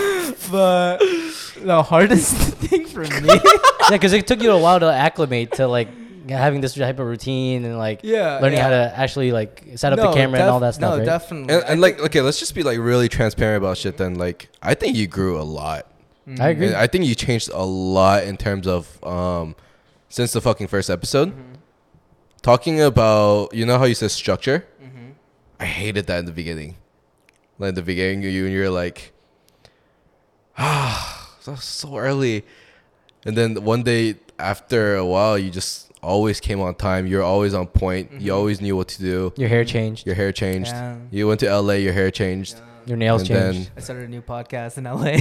Speaker 1: but the hardest thing for me,
Speaker 3: yeah, because it took you a while to acclimate to like having this type of routine and like
Speaker 1: yeah,
Speaker 3: learning
Speaker 1: yeah.
Speaker 3: how to actually like set up
Speaker 1: No,
Speaker 3: the camera and
Speaker 1: def-
Speaker 3: all that stuff.
Speaker 1: No,
Speaker 3: right?
Speaker 1: definitely.
Speaker 2: And,
Speaker 1: I
Speaker 2: and like,
Speaker 1: think-
Speaker 2: okay, let's just be like really transparent about shit. Then, like, I think you grew a lot.
Speaker 1: Mm-hmm.
Speaker 3: I agree.
Speaker 2: And I think you changed a lot in terms of um, since the fucking first episode.
Speaker 1: Mm-hmm.
Speaker 2: Talking about you know how you said structure. I hated that in the beginning. Like in the beginning, you you were like, ah, that's so early. And then one day after a while, you just always came on time. You're always on point.
Speaker 3: Mm-hmm.
Speaker 2: You always knew what to do.
Speaker 3: Your hair changed.
Speaker 2: Your hair changed.
Speaker 1: Yeah.
Speaker 2: You went to LA. Your hair changed.
Speaker 3: Your nails
Speaker 2: And
Speaker 3: changed.
Speaker 2: then-
Speaker 1: I started a new podcast in LA.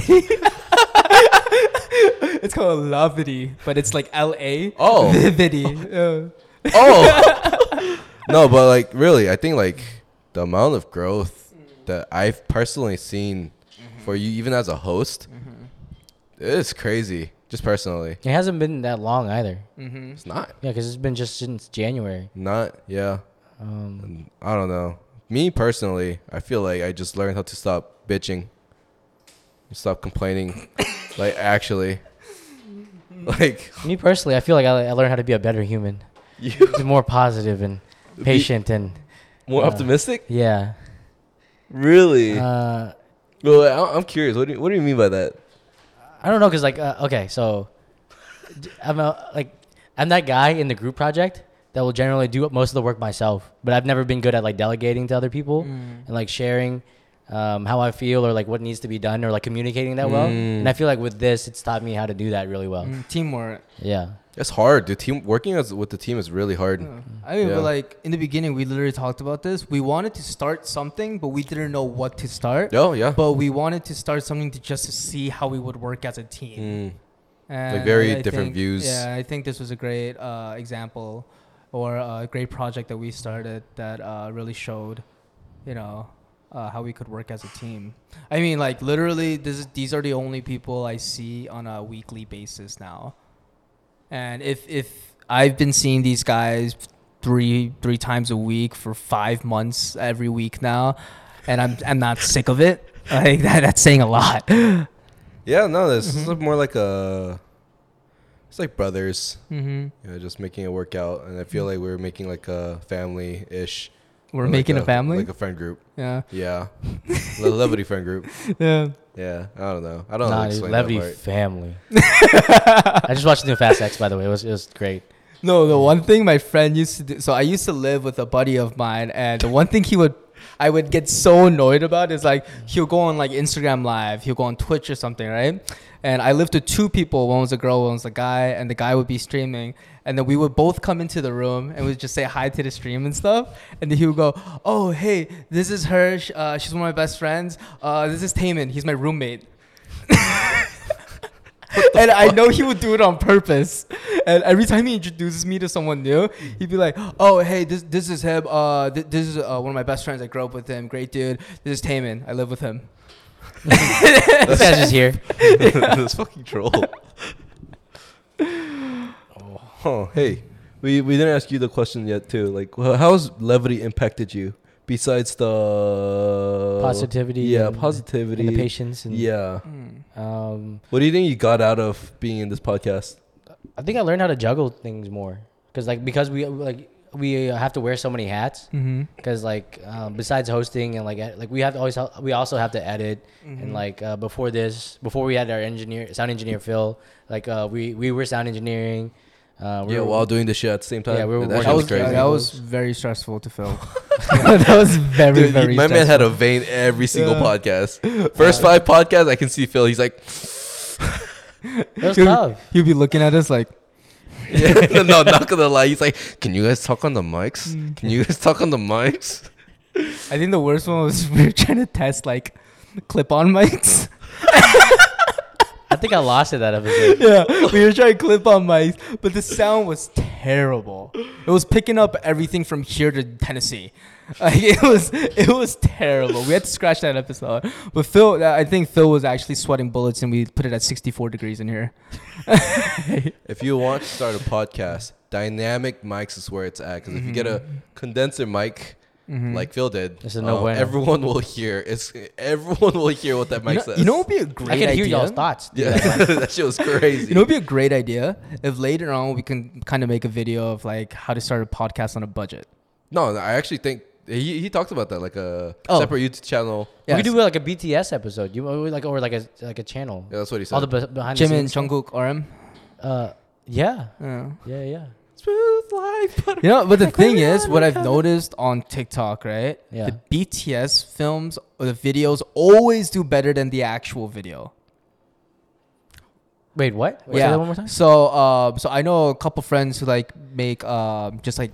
Speaker 1: it's called Lovity, but it's like LA.
Speaker 2: Oh.
Speaker 1: Vivity. Yeah.
Speaker 2: oh no but like really i think like the amount of growth that i've personally seen for you even as a host it's crazy just personally
Speaker 3: It hasn't been that long either.
Speaker 1: hmm
Speaker 2: it's not
Speaker 3: Yeah, because it's been just since January.
Speaker 2: not yeah
Speaker 3: Um,
Speaker 2: And i don't know me personally i feel like i just learned how to stop bitching stop complaining like actually like
Speaker 3: me personally, I feel like I, I learned how to be a better human,
Speaker 2: you
Speaker 3: Be more positive and
Speaker 2: Be-
Speaker 3: patient, and
Speaker 2: more
Speaker 3: Uh,
Speaker 2: optimistic
Speaker 3: yeah.
Speaker 2: really
Speaker 3: Uh,
Speaker 2: well I- i'm curious what do, you, what do you mean by that
Speaker 3: I don't know, cause like uh, okay, so d- I'm a, like I'm that guy in the group project that will generally do most of the work myself, but I've never been good at like delegating to other people
Speaker 1: Mm.
Speaker 2: Mm.
Speaker 3: and like sharing um, how I feel or like what needs to be done or like communicating that well.
Speaker 2: Mm.
Speaker 3: And I feel like with this, it's taught me how to do that really well.
Speaker 1: Mm, teamwork.
Speaker 3: Yeah,
Speaker 2: It's hard. The team working as with the team is really hard.
Speaker 1: Yeah. I mean,
Speaker 2: Yeah.
Speaker 1: but like in the beginning, we literally talked about this. We wanted to start something, but we didn't know what to start.
Speaker 2: Oh yeah.
Speaker 1: But we wanted to start something to just to see how we would work as a team.
Speaker 2: Mm.
Speaker 1: And
Speaker 2: very different
Speaker 1: think-
Speaker 2: views.
Speaker 1: Yeah, I think this was a great uh, example or a great project that we started that uh, really showed, you know, uh, how we could work as a team. I mean, like literally, this is, these are the only people I see on a weekly basis now, and if if I've been seeing these guys three three times a week for five months every week now, and I'm I'm not sick of it. Like that, that's saying a lot.
Speaker 2: Yeah. No, this
Speaker 1: Mm-hmm.
Speaker 2: is more like a. It's like brothers.
Speaker 1: hmm
Speaker 2: You know, just making it work out, and I feel like we're making like a family ish.
Speaker 1: Mm. We're making a family.
Speaker 2: Like a friend group.
Speaker 1: yeah.
Speaker 2: Yeah. Le- levity friend group.
Speaker 1: Yeah.
Speaker 2: Yeah. I don't know. I don't know. how
Speaker 3: nah,
Speaker 2: to
Speaker 3: dude,
Speaker 2: explain
Speaker 3: levy
Speaker 2: that part.
Speaker 3: family. I just watched the new Fast X by the way. It was it was great.
Speaker 1: No, the one thing my friend used to do. So I used to live with a buddy of mine, and the one thing he would, I would get so annoyed about is like he'll go on like Instagram Live, he'll go on Twitch or something, right? And I lived with two people. One was a girl, one was a guy, and the guy would be streaming, and then we would both come into the room and we'd just say hi to the stream and stuff. And then he would go, "Oh, hey, this is her. Sh- Uh, she's one of my best friends. Uh, this is Taman. He's my roommate." and I know he would do it on purpose. And every time he introduces me to someone new, he'd be like, "Oh, hey, this this is him. Uh, th- this is uh, one of my best friends. I grew up with him. Great dude. This is Taman. I live with him."
Speaker 3: this guy's just here.
Speaker 2: this fucking troll. oh, hey.
Speaker 4: we we didn't ask you the question yet too. Like, wh- how has levity impacted you besides the
Speaker 3: Positivity
Speaker 4: Yeah,
Speaker 3: and-
Speaker 4: positivity.
Speaker 3: and the patience and
Speaker 4: Yeah.
Speaker 1: Mm.
Speaker 3: um
Speaker 4: What do you think you got out of being in this podcast?
Speaker 1: Uh,
Speaker 3: i think i learned how to juggle things more because like because we like we have to wear so many hats
Speaker 1: Mm-hmm.
Speaker 3: because like um, besides hosting and like ed- like we have to always hel- we also have to edit
Speaker 1: Mm-hmm.
Speaker 3: and like uh, before this before we had our engineer sound engineer Phil like uh, we we were sound engineering uh, we
Speaker 4: yeah,
Speaker 3: were,
Speaker 4: while doing the shit at the same time.
Speaker 3: Yeah, we were
Speaker 4: that
Speaker 3: working
Speaker 4: shit
Speaker 1: That
Speaker 4: was
Speaker 1: was
Speaker 4: crazy.
Speaker 1: that was very stressful to film. that was very
Speaker 2: Dude,
Speaker 1: very.
Speaker 2: my man
Speaker 1: stressful.
Speaker 2: had a vein every single
Speaker 1: Yeah.
Speaker 2: podcast. First five podcasts, I can see Phil. He's like,
Speaker 3: it was tough
Speaker 1: He'd be looking at us like,
Speaker 2: no, not gonna lie. He's like, can you guys talk on the mics?
Speaker 1: Mm.
Speaker 2: Can you guys talk on the mics?
Speaker 1: I think the worst one was we were trying to test like clip-on mics.
Speaker 3: I think I lost it that episode
Speaker 1: yeah, we were trying to clip on mics, but the sound was terrible. It was picking up everything from here to Tennessee. Like it was, it was terrible. We had to scratch that episode. But Phil, uh, I think Phil was actually sweating bullets, and we put it at 64 degrees in here.
Speaker 2: If you want to start a podcast, dynamic mics is where it's at. Because if you get
Speaker 1: Mm-hmm.
Speaker 2: a condenser mic, like Phil did, uh,
Speaker 3: It's a no bueno.
Speaker 2: everyone will hear. It's everyone will hear what that
Speaker 1: You
Speaker 2: mic
Speaker 1: know,
Speaker 2: says.
Speaker 1: you know what would be a great
Speaker 3: I can hear
Speaker 1: idea?
Speaker 3: y'all's thoughts
Speaker 2: yeah, that shit was crazy.
Speaker 1: You know, it'd be a great idea if later on we can kind of make a video of like how to start a podcast on a budget.
Speaker 2: no, I actually think he, he talked about that like a
Speaker 1: Oh.
Speaker 2: separate YouTube channel.
Speaker 1: Yeah,
Speaker 3: we could do like a BTS episode you like or like a like a channel
Speaker 2: Yeah, that's what he said.
Speaker 3: all the be- behind
Speaker 1: Jim
Speaker 3: the
Speaker 1: and
Speaker 3: scenes
Speaker 1: Jungkook RM.
Speaker 3: uh yeah
Speaker 1: Yeah.
Speaker 3: yeah yeah
Speaker 2: Smooth life, but
Speaker 1: You know, but the thing is, what I've noticed on TikTok, right?
Speaker 3: Yeah.
Speaker 1: The BTS films or the videos always do better than the actual video.
Speaker 3: wait what Say
Speaker 1: yeah.
Speaker 3: that one more time
Speaker 1: So, um, so I know a couple friends who like make um, just like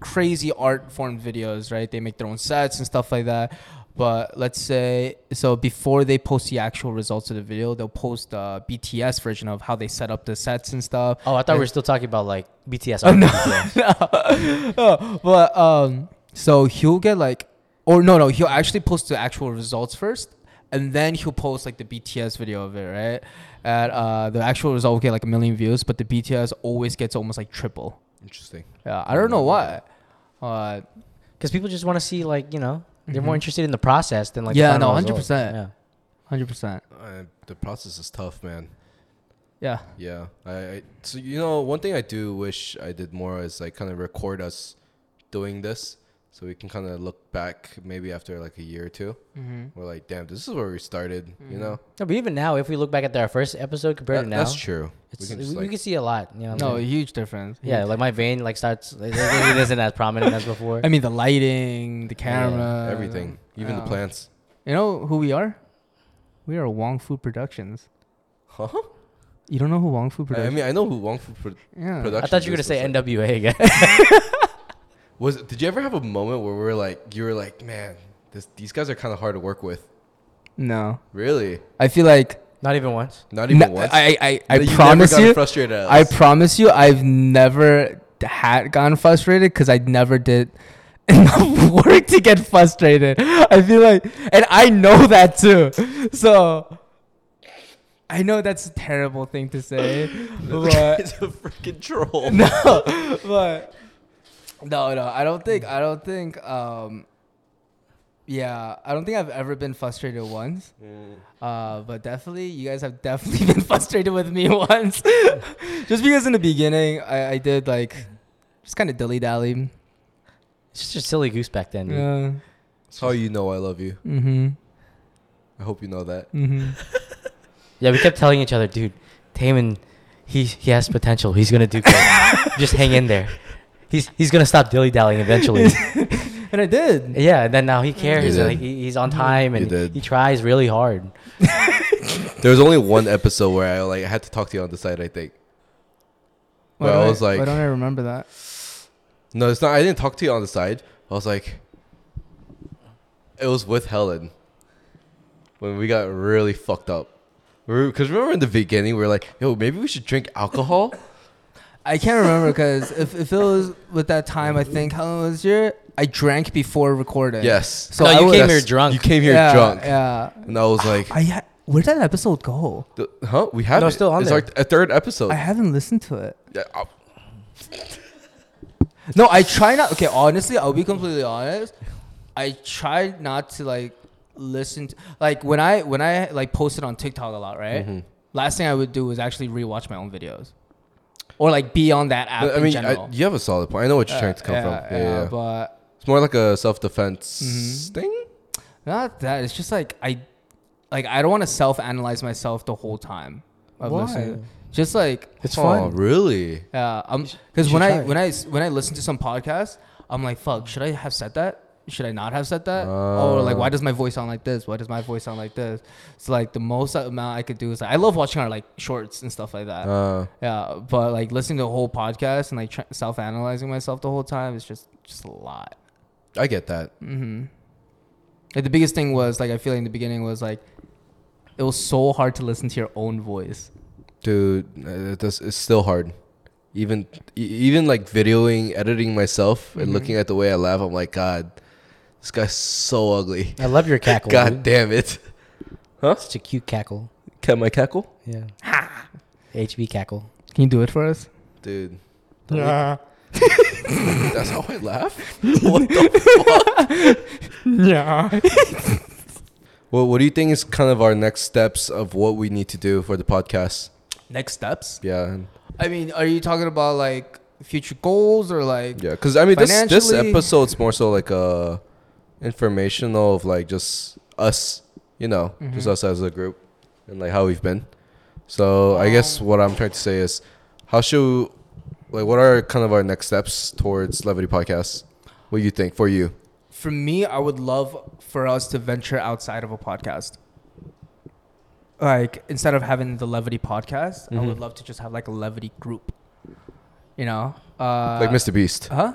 Speaker 1: crazy art form videos, right? They make their own sets and stuff like that. But let's say so before they post the actual results of the video, they'll post the BTS version of how they set up the sets and stuff.
Speaker 3: oh I thought we were still talking about like BTS oh,
Speaker 1: No, but um, so he'll get like, or no, no, he'll actually post the actual results first, and then he'll post like the BTS video of it, right? And uh, the actual result will get like a million views, but the BTS always gets almost like triple.
Speaker 2: interesting.
Speaker 1: Yeah, I don't know why. Uh,
Speaker 3: because people just want to see like you know they're
Speaker 1: mm-hmm.
Speaker 3: more interested in the process than like
Speaker 1: Yeah,
Speaker 3: the final
Speaker 1: no,
Speaker 3: result.
Speaker 1: 100%.
Speaker 3: yeah
Speaker 1: hundred percent.
Speaker 2: Uh, the process is tough, man.
Speaker 1: Yeah.
Speaker 2: Yeah, I, I so you know one thing I do wish I did more is like kind of record us doing this so we can kind of look back maybe after like a year or two.
Speaker 1: Mm-hmm.
Speaker 2: We're like, damn, this is where we started. You know,
Speaker 3: No, but even now, if we look back at our first episode compared
Speaker 2: That-
Speaker 3: to Mm. now,
Speaker 2: that's true. We
Speaker 3: It's, we
Speaker 2: can
Speaker 3: can,
Speaker 2: just,
Speaker 3: we,
Speaker 2: like-
Speaker 3: can see a lot. You know,
Speaker 1: No, a
Speaker 3: like,
Speaker 1: huge difference.
Speaker 3: yeah, like my vein like starts. It, it isn't as prominent as before.
Speaker 1: I mean the lighting, the
Speaker 3: Yeah,
Speaker 1: camera,
Speaker 2: Everything, even the
Speaker 1: yeah.
Speaker 2: plants.
Speaker 1: You know who we are? We are Wong Fu Productions.
Speaker 2: Huh?
Speaker 1: You don't know who Wong Fu
Speaker 2: I
Speaker 1: Productions?
Speaker 2: mean, I know who Wong Fu pro-
Speaker 1: yeah.
Speaker 2: Production.
Speaker 3: I thought you were gonna
Speaker 2: is,
Speaker 3: say
Speaker 2: it's like-
Speaker 3: NWA again.
Speaker 2: Was did you ever have a moment where we were like, you were like, man, this, these guys are kind of hard to work with.
Speaker 1: No,
Speaker 2: Really?
Speaker 1: I feel like
Speaker 3: Not even once.
Speaker 2: Not even
Speaker 1: No,
Speaker 2: once.
Speaker 1: I I I,
Speaker 2: That
Speaker 1: I
Speaker 2: you
Speaker 1: promise
Speaker 2: never got
Speaker 1: you.
Speaker 2: Frustrated. At
Speaker 1: I
Speaker 2: us.
Speaker 1: promise you. I've never had gotten frustrated because I never did enough work to get frustrated. I feel like, and I know that too. So. I know that's a terrible thing to say, but
Speaker 2: it's a freaking troll.
Speaker 1: no, but no, no. I don't think. I don't think. Um, yeah, I don't think I've ever been frustrated once.
Speaker 3: Mm.
Speaker 1: Uh, but definitely, you guys have definitely been frustrated with me once. just because in the beginning, I, I did like just kind of dilly dally.
Speaker 3: It's just a silly goose back then. Dude.
Speaker 1: Yeah.
Speaker 2: That's how you know I love you.
Speaker 1: Mhm.
Speaker 2: I hope you know that.
Speaker 1: Mhm.
Speaker 3: Yeah, we kept telling each other, dude, Taman, he he has potential. He's gonna do great. Just hang in there. He's he's gonna stop dilly dallying eventually.
Speaker 1: and I did.
Speaker 3: yeah, and then now he cares.
Speaker 2: did.
Speaker 3: Like he, he's on time
Speaker 2: You
Speaker 3: and
Speaker 2: did.
Speaker 3: he tries really hard.
Speaker 2: There was only one episode where I like had to talk to you on the side. I think.
Speaker 1: Why
Speaker 2: Well, I
Speaker 1: don't
Speaker 2: was like-
Speaker 1: why don't I remember that?
Speaker 2: No, it's not. I didn't talk to you on the side. I was like, it was with Helen when we got really fucked up. Because remember in the beginning, we were like, yo, maybe we should drink alcohol.
Speaker 1: I can't remember because if, if it was with that time, I think how long was your? I drank before recording.
Speaker 2: yes.
Speaker 1: So
Speaker 3: no,
Speaker 1: I
Speaker 3: you
Speaker 1: would-
Speaker 3: came
Speaker 2: That's-
Speaker 3: here drunk.
Speaker 2: You came here
Speaker 1: Yeah,
Speaker 2: drunk,
Speaker 1: Yeah.
Speaker 2: and I was like,
Speaker 1: I ha- where'd that episode go?
Speaker 2: "The- huh? We have
Speaker 3: No,
Speaker 2: it.
Speaker 3: still on
Speaker 2: it's
Speaker 3: there.
Speaker 2: our th- a third episode.
Speaker 1: I haven't listened to it.
Speaker 2: Yeah, uh,
Speaker 1: No, I try not. Okay, honestly, I'll be completely honest. I try not to like listen to like when I when I like posted on TikTok a lot, right?
Speaker 2: Mm-hmm.
Speaker 1: Last thing I would do was actually rewatch my own videos, or like be on that app
Speaker 2: But, I
Speaker 1: in
Speaker 2: mean,
Speaker 1: general.
Speaker 2: I, you have a solid point. I know what you're trying to come
Speaker 1: Uh,
Speaker 2: from. Yeah, yeah.
Speaker 1: but
Speaker 2: it's more like a self defense thing.
Speaker 1: not that. It's just like I, like I don't want to self analyze myself the whole time. of
Speaker 3: Why?
Speaker 1: listening. Just like
Speaker 3: It's
Speaker 2: oh,
Speaker 3: fun.
Speaker 2: really?
Speaker 1: Yeah, um, because
Speaker 3: should
Speaker 1: when I
Speaker 3: try it.
Speaker 1: when I s- when I listen to some podcasts, I'm like, fuck, should I have said that? Should I not have said that? or
Speaker 3: Oh.
Speaker 1: like, why does my voice sound like this? Why does my voice sound like this? It's like the most amount I could do is like, I love watching our like shorts and stuff like that.
Speaker 3: Oh.
Speaker 2: Uh,
Speaker 1: yeah, but like listening to a whole podcast and like tr- self analyzing myself the whole time is just just a lot.
Speaker 2: I get that.
Speaker 1: Mm-hmm. Like the biggest thing was like I feel like in the beginning was like it was so hard to listen to your own voice.
Speaker 2: dude uh, this it's still hard even e- even like videoing editing myself and looking at the way i laugh i'm like god this guy's so ugly
Speaker 3: I love your cackle.
Speaker 2: god
Speaker 3: dude.
Speaker 2: damn it
Speaker 3: Such a cute cackle.
Speaker 4: Can my cackle?
Speaker 3: Yeah. HB cackle.
Speaker 1: Can you do it for us?
Speaker 2: dude
Speaker 1: Yeah.
Speaker 2: that's how i laugh
Speaker 1: Yeah.
Speaker 2: well what do you think is kind of our next steps of what we need to do for the podcast
Speaker 1: Next steps.
Speaker 2: yeah and-
Speaker 1: I mean, are you talking about like future goals or like
Speaker 2: yeah because i mean this this
Speaker 1: Financially-
Speaker 2: episode's more so like uh informational of like just us you know
Speaker 1: Mm-hmm.
Speaker 2: just us as a group and like how we've been so i guess
Speaker 1: Oh.
Speaker 2: what i'm trying to say is how should like what are kind of our next steps towards levity podcast what do you think for you
Speaker 1: for me, I would love for us to venture outside of a podcast. Like instead of having the levity podcast, I
Speaker 2: Mm-hmm.
Speaker 1: would love to just have like a levity group. You know? Uh
Speaker 2: like mr beast
Speaker 1: Huh?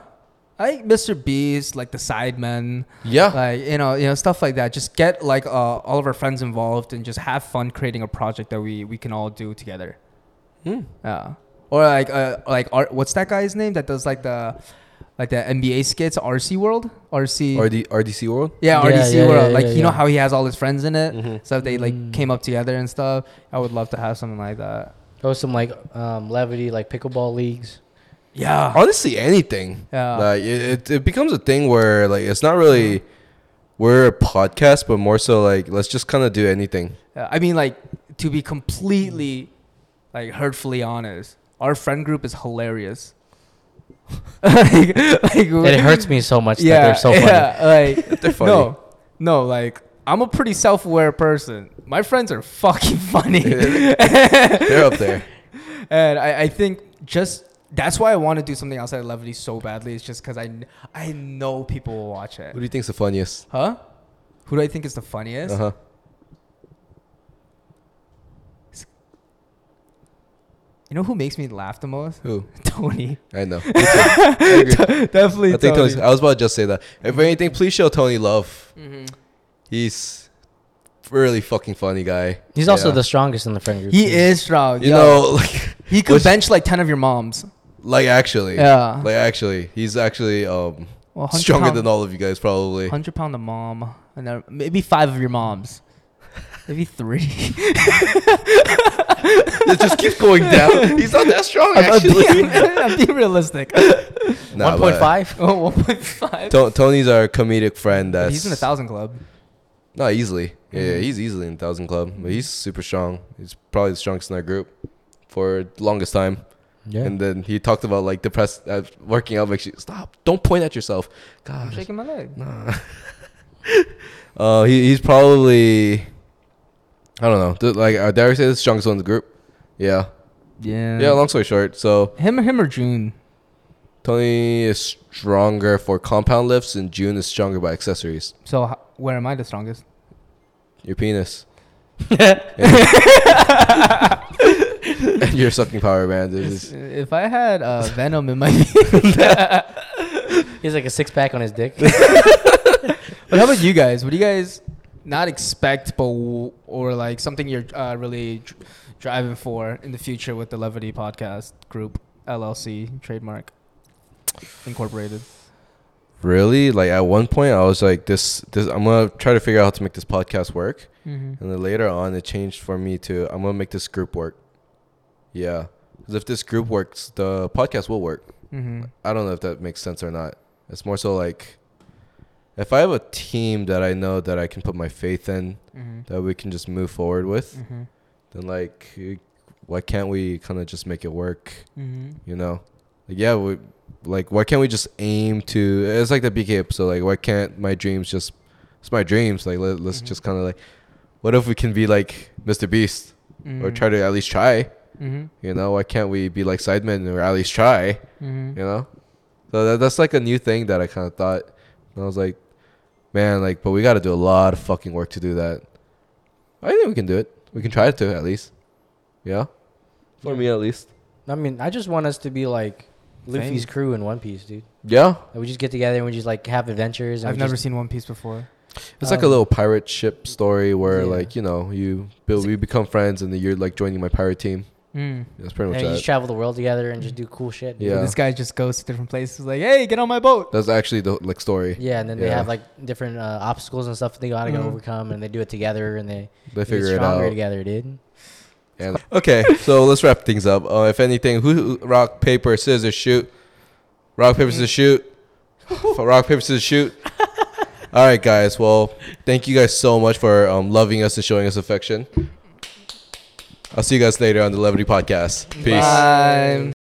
Speaker 1: I think Mr. Beast, like the Sidemen,
Speaker 2: yeah
Speaker 1: like you know, you know stuff like that. Just get like uh, all of our friends involved and just have fun creating a project that we we can all do together.
Speaker 3: Hmm.
Speaker 1: Yeah. Or like uh, like R- what's that guy's name that does like the like the NBA skits RC World RC
Speaker 2: RD, rdc world
Speaker 1: yeah
Speaker 3: Yeah,
Speaker 1: RDC
Speaker 3: yeah, yeah,
Speaker 1: World like
Speaker 3: yeah,
Speaker 1: you know
Speaker 3: yeah.
Speaker 1: how he has all his friends in it
Speaker 4: Mhm.
Speaker 1: so if they like
Speaker 3: Mm.
Speaker 1: came up together and stuff I would love to have something like that
Speaker 3: Oh, some like um, levity, like pickleball leagues.
Speaker 1: yeah
Speaker 2: honestly anything
Speaker 1: Yeah.
Speaker 2: like it, it, it becomes a thing where like it's not really we're a podcast but more so like let's just kind of do anything
Speaker 1: Yeah, Uh, I mean, like to be completely, like hurtfully honest, our friend group is hilarious. like, like
Speaker 3: It hurts me so much that they're so funny.
Speaker 1: like
Speaker 2: They're funny.
Speaker 1: no, no, like I'm a pretty self-aware person. My friends are fucking funny,
Speaker 2: they're up there
Speaker 1: and I, I think just that's why I want to do something outside of levity so badly. It's just because I, kn- I know people will watch it.
Speaker 2: Who do you think's the funniest?
Speaker 1: Huh? Who do I think is the funniest?
Speaker 2: Uh huh.
Speaker 1: You know who makes me laugh the most?
Speaker 2: Who?
Speaker 1: Tony.
Speaker 2: I know. Me too. I, agree.
Speaker 1: Definitely.
Speaker 2: I think Tony's, I was about to just say that. If anything, please show Tony love.
Speaker 1: Mm-hmm.
Speaker 2: He's really fucking funny guy.
Speaker 3: He's also
Speaker 2: Yeah.
Speaker 3: the strongest in the friend group.
Speaker 1: He
Speaker 3: too.
Speaker 1: is strong.
Speaker 2: You
Speaker 1: yo.
Speaker 2: know, like,
Speaker 1: he could
Speaker 2: which-
Speaker 1: bench like ten of your moms.
Speaker 2: like actually,
Speaker 1: Yeah.
Speaker 2: like actually, he's actually um
Speaker 1: Well, 100
Speaker 2: stronger
Speaker 1: pound-
Speaker 2: than all of you guys probably.
Speaker 1: Hundred pound a mom, and then maybe five of your moms, maybe three.
Speaker 2: It just keeps going down. He's not that strong
Speaker 1: I'm, I'm
Speaker 2: actually.
Speaker 1: being, I'm being realistic.
Speaker 2: Nah, but
Speaker 3: 1.5.
Speaker 1: Oh, one point five.
Speaker 2: To- Tony's our comedic friend. That's
Speaker 1: He's in the thousand club.
Speaker 2: No, easily. Yeah,
Speaker 1: Mm-hmm.
Speaker 2: he's easily in the thousand club. But he's super strong. He's probably the strongest in our group for the longest time.
Speaker 3: Yeah.
Speaker 2: And then he talked about like depressed uh, working out makes you stop. Don't point at yourself.
Speaker 1: I'm
Speaker 2: God.
Speaker 1: shaking my leg.
Speaker 2: Nah. uh, he, he's probably I don't know. Th- like uh, Derek said, the strongest one in the group. Yeah.
Speaker 1: Yeah.
Speaker 2: Yeah. Long story short, so
Speaker 1: him, him or June.
Speaker 2: Tony is stronger for compound lifts, and June is stronger by accessories.
Speaker 1: So h- where am I the strongest?
Speaker 2: Your penis. and your sucking power, man. This is-
Speaker 1: If I had uh, venom in my,
Speaker 3: He's like a six pack on his dick.
Speaker 1: but how about you guys? What do you guys not expect, but w- or like something you're uh, really dr- driving for in the future with the Levity Podcast Group LLC trademark incorporated?
Speaker 2: really like at one point i was like this this i'm gonna try to figure out how to make this podcast work
Speaker 1: Mm-hmm.
Speaker 2: and then later on it changed for me to i'm gonna make this group work yeah Because if this group works, the podcast will work.
Speaker 1: Mm-hmm.
Speaker 2: I don't know if that makes sense or not. It's more so like if I have a team that I know that I can put my faith in,
Speaker 1: Mm-hmm.
Speaker 2: that we can just move forward with,
Speaker 1: Mm-hmm.
Speaker 2: then like eh, why can't we kind of just make it work?
Speaker 1: Mm-hmm.
Speaker 2: You know, like yeah, we like why can't we just aim to? It's like the BK episode. Like why can't my dreams just? It's my dreams. Like let, let's
Speaker 1: Mhm.
Speaker 4: Mm-hmm.
Speaker 2: just kind of like, what if we can be like Mr. Beast or try to at least try?
Speaker 1: Mm-hmm.
Speaker 2: You know, why can't we be like Sidemen or at least try?
Speaker 1: Mm-hmm.
Speaker 2: you know so that, that's like a new thing that i kind of thought and i was like man like but we got to do a lot of fucking work to do that i think we can do it we can try to at least yeah
Speaker 4: For me, at least.
Speaker 3: I mean, I just want us to be like Luffy's
Speaker 1: Famous.
Speaker 3: crew in One Piece, dude.
Speaker 2: yeah
Speaker 3: Like, we just get together and we just like have adventures. And
Speaker 1: I've
Speaker 3: we
Speaker 1: never
Speaker 3: just,
Speaker 1: seen One Piece before.
Speaker 2: it's like a
Speaker 3: Um,
Speaker 2: little pirate ship story where
Speaker 3: yeah.
Speaker 2: like you know you build we become friends and then you're like joining my pirate team
Speaker 1: Mm.
Speaker 2: that's pretty much
Speaker 3: And you just
Speaker 2: that
Speaker 3: travel the world together and just do cool shit. dude.
Speaker 2: Yeah.
Speaker 1: This guy just goes to different places. Like, hey, get on my boat.
Speaker 2: that's actually the like story
Speaker 3: Yeah, and then they
Speaker 2: Yeah.
Speaker 3: have like different uh, obstacles and stuff they gotta
Speaker 1: Mhm.
Speaker 3: go overcome, and they do it together, and they,
Speaker 2: they
Speaker 3: they get
Speaker 2: figure it
Speaker 3: stronger
Speaker 2: out
Speaker 3: together, dude.
Speaker 2: and okay so let's wrap things up uh, if anything who who- rock paper scissors shoot rock paper scissors shoot F- rock paper scissors shoot all right guys well thank you guys so much for um, loving us and showing us affection i'll see you guys later on the levity podcast peace
Speaker 1: Bye.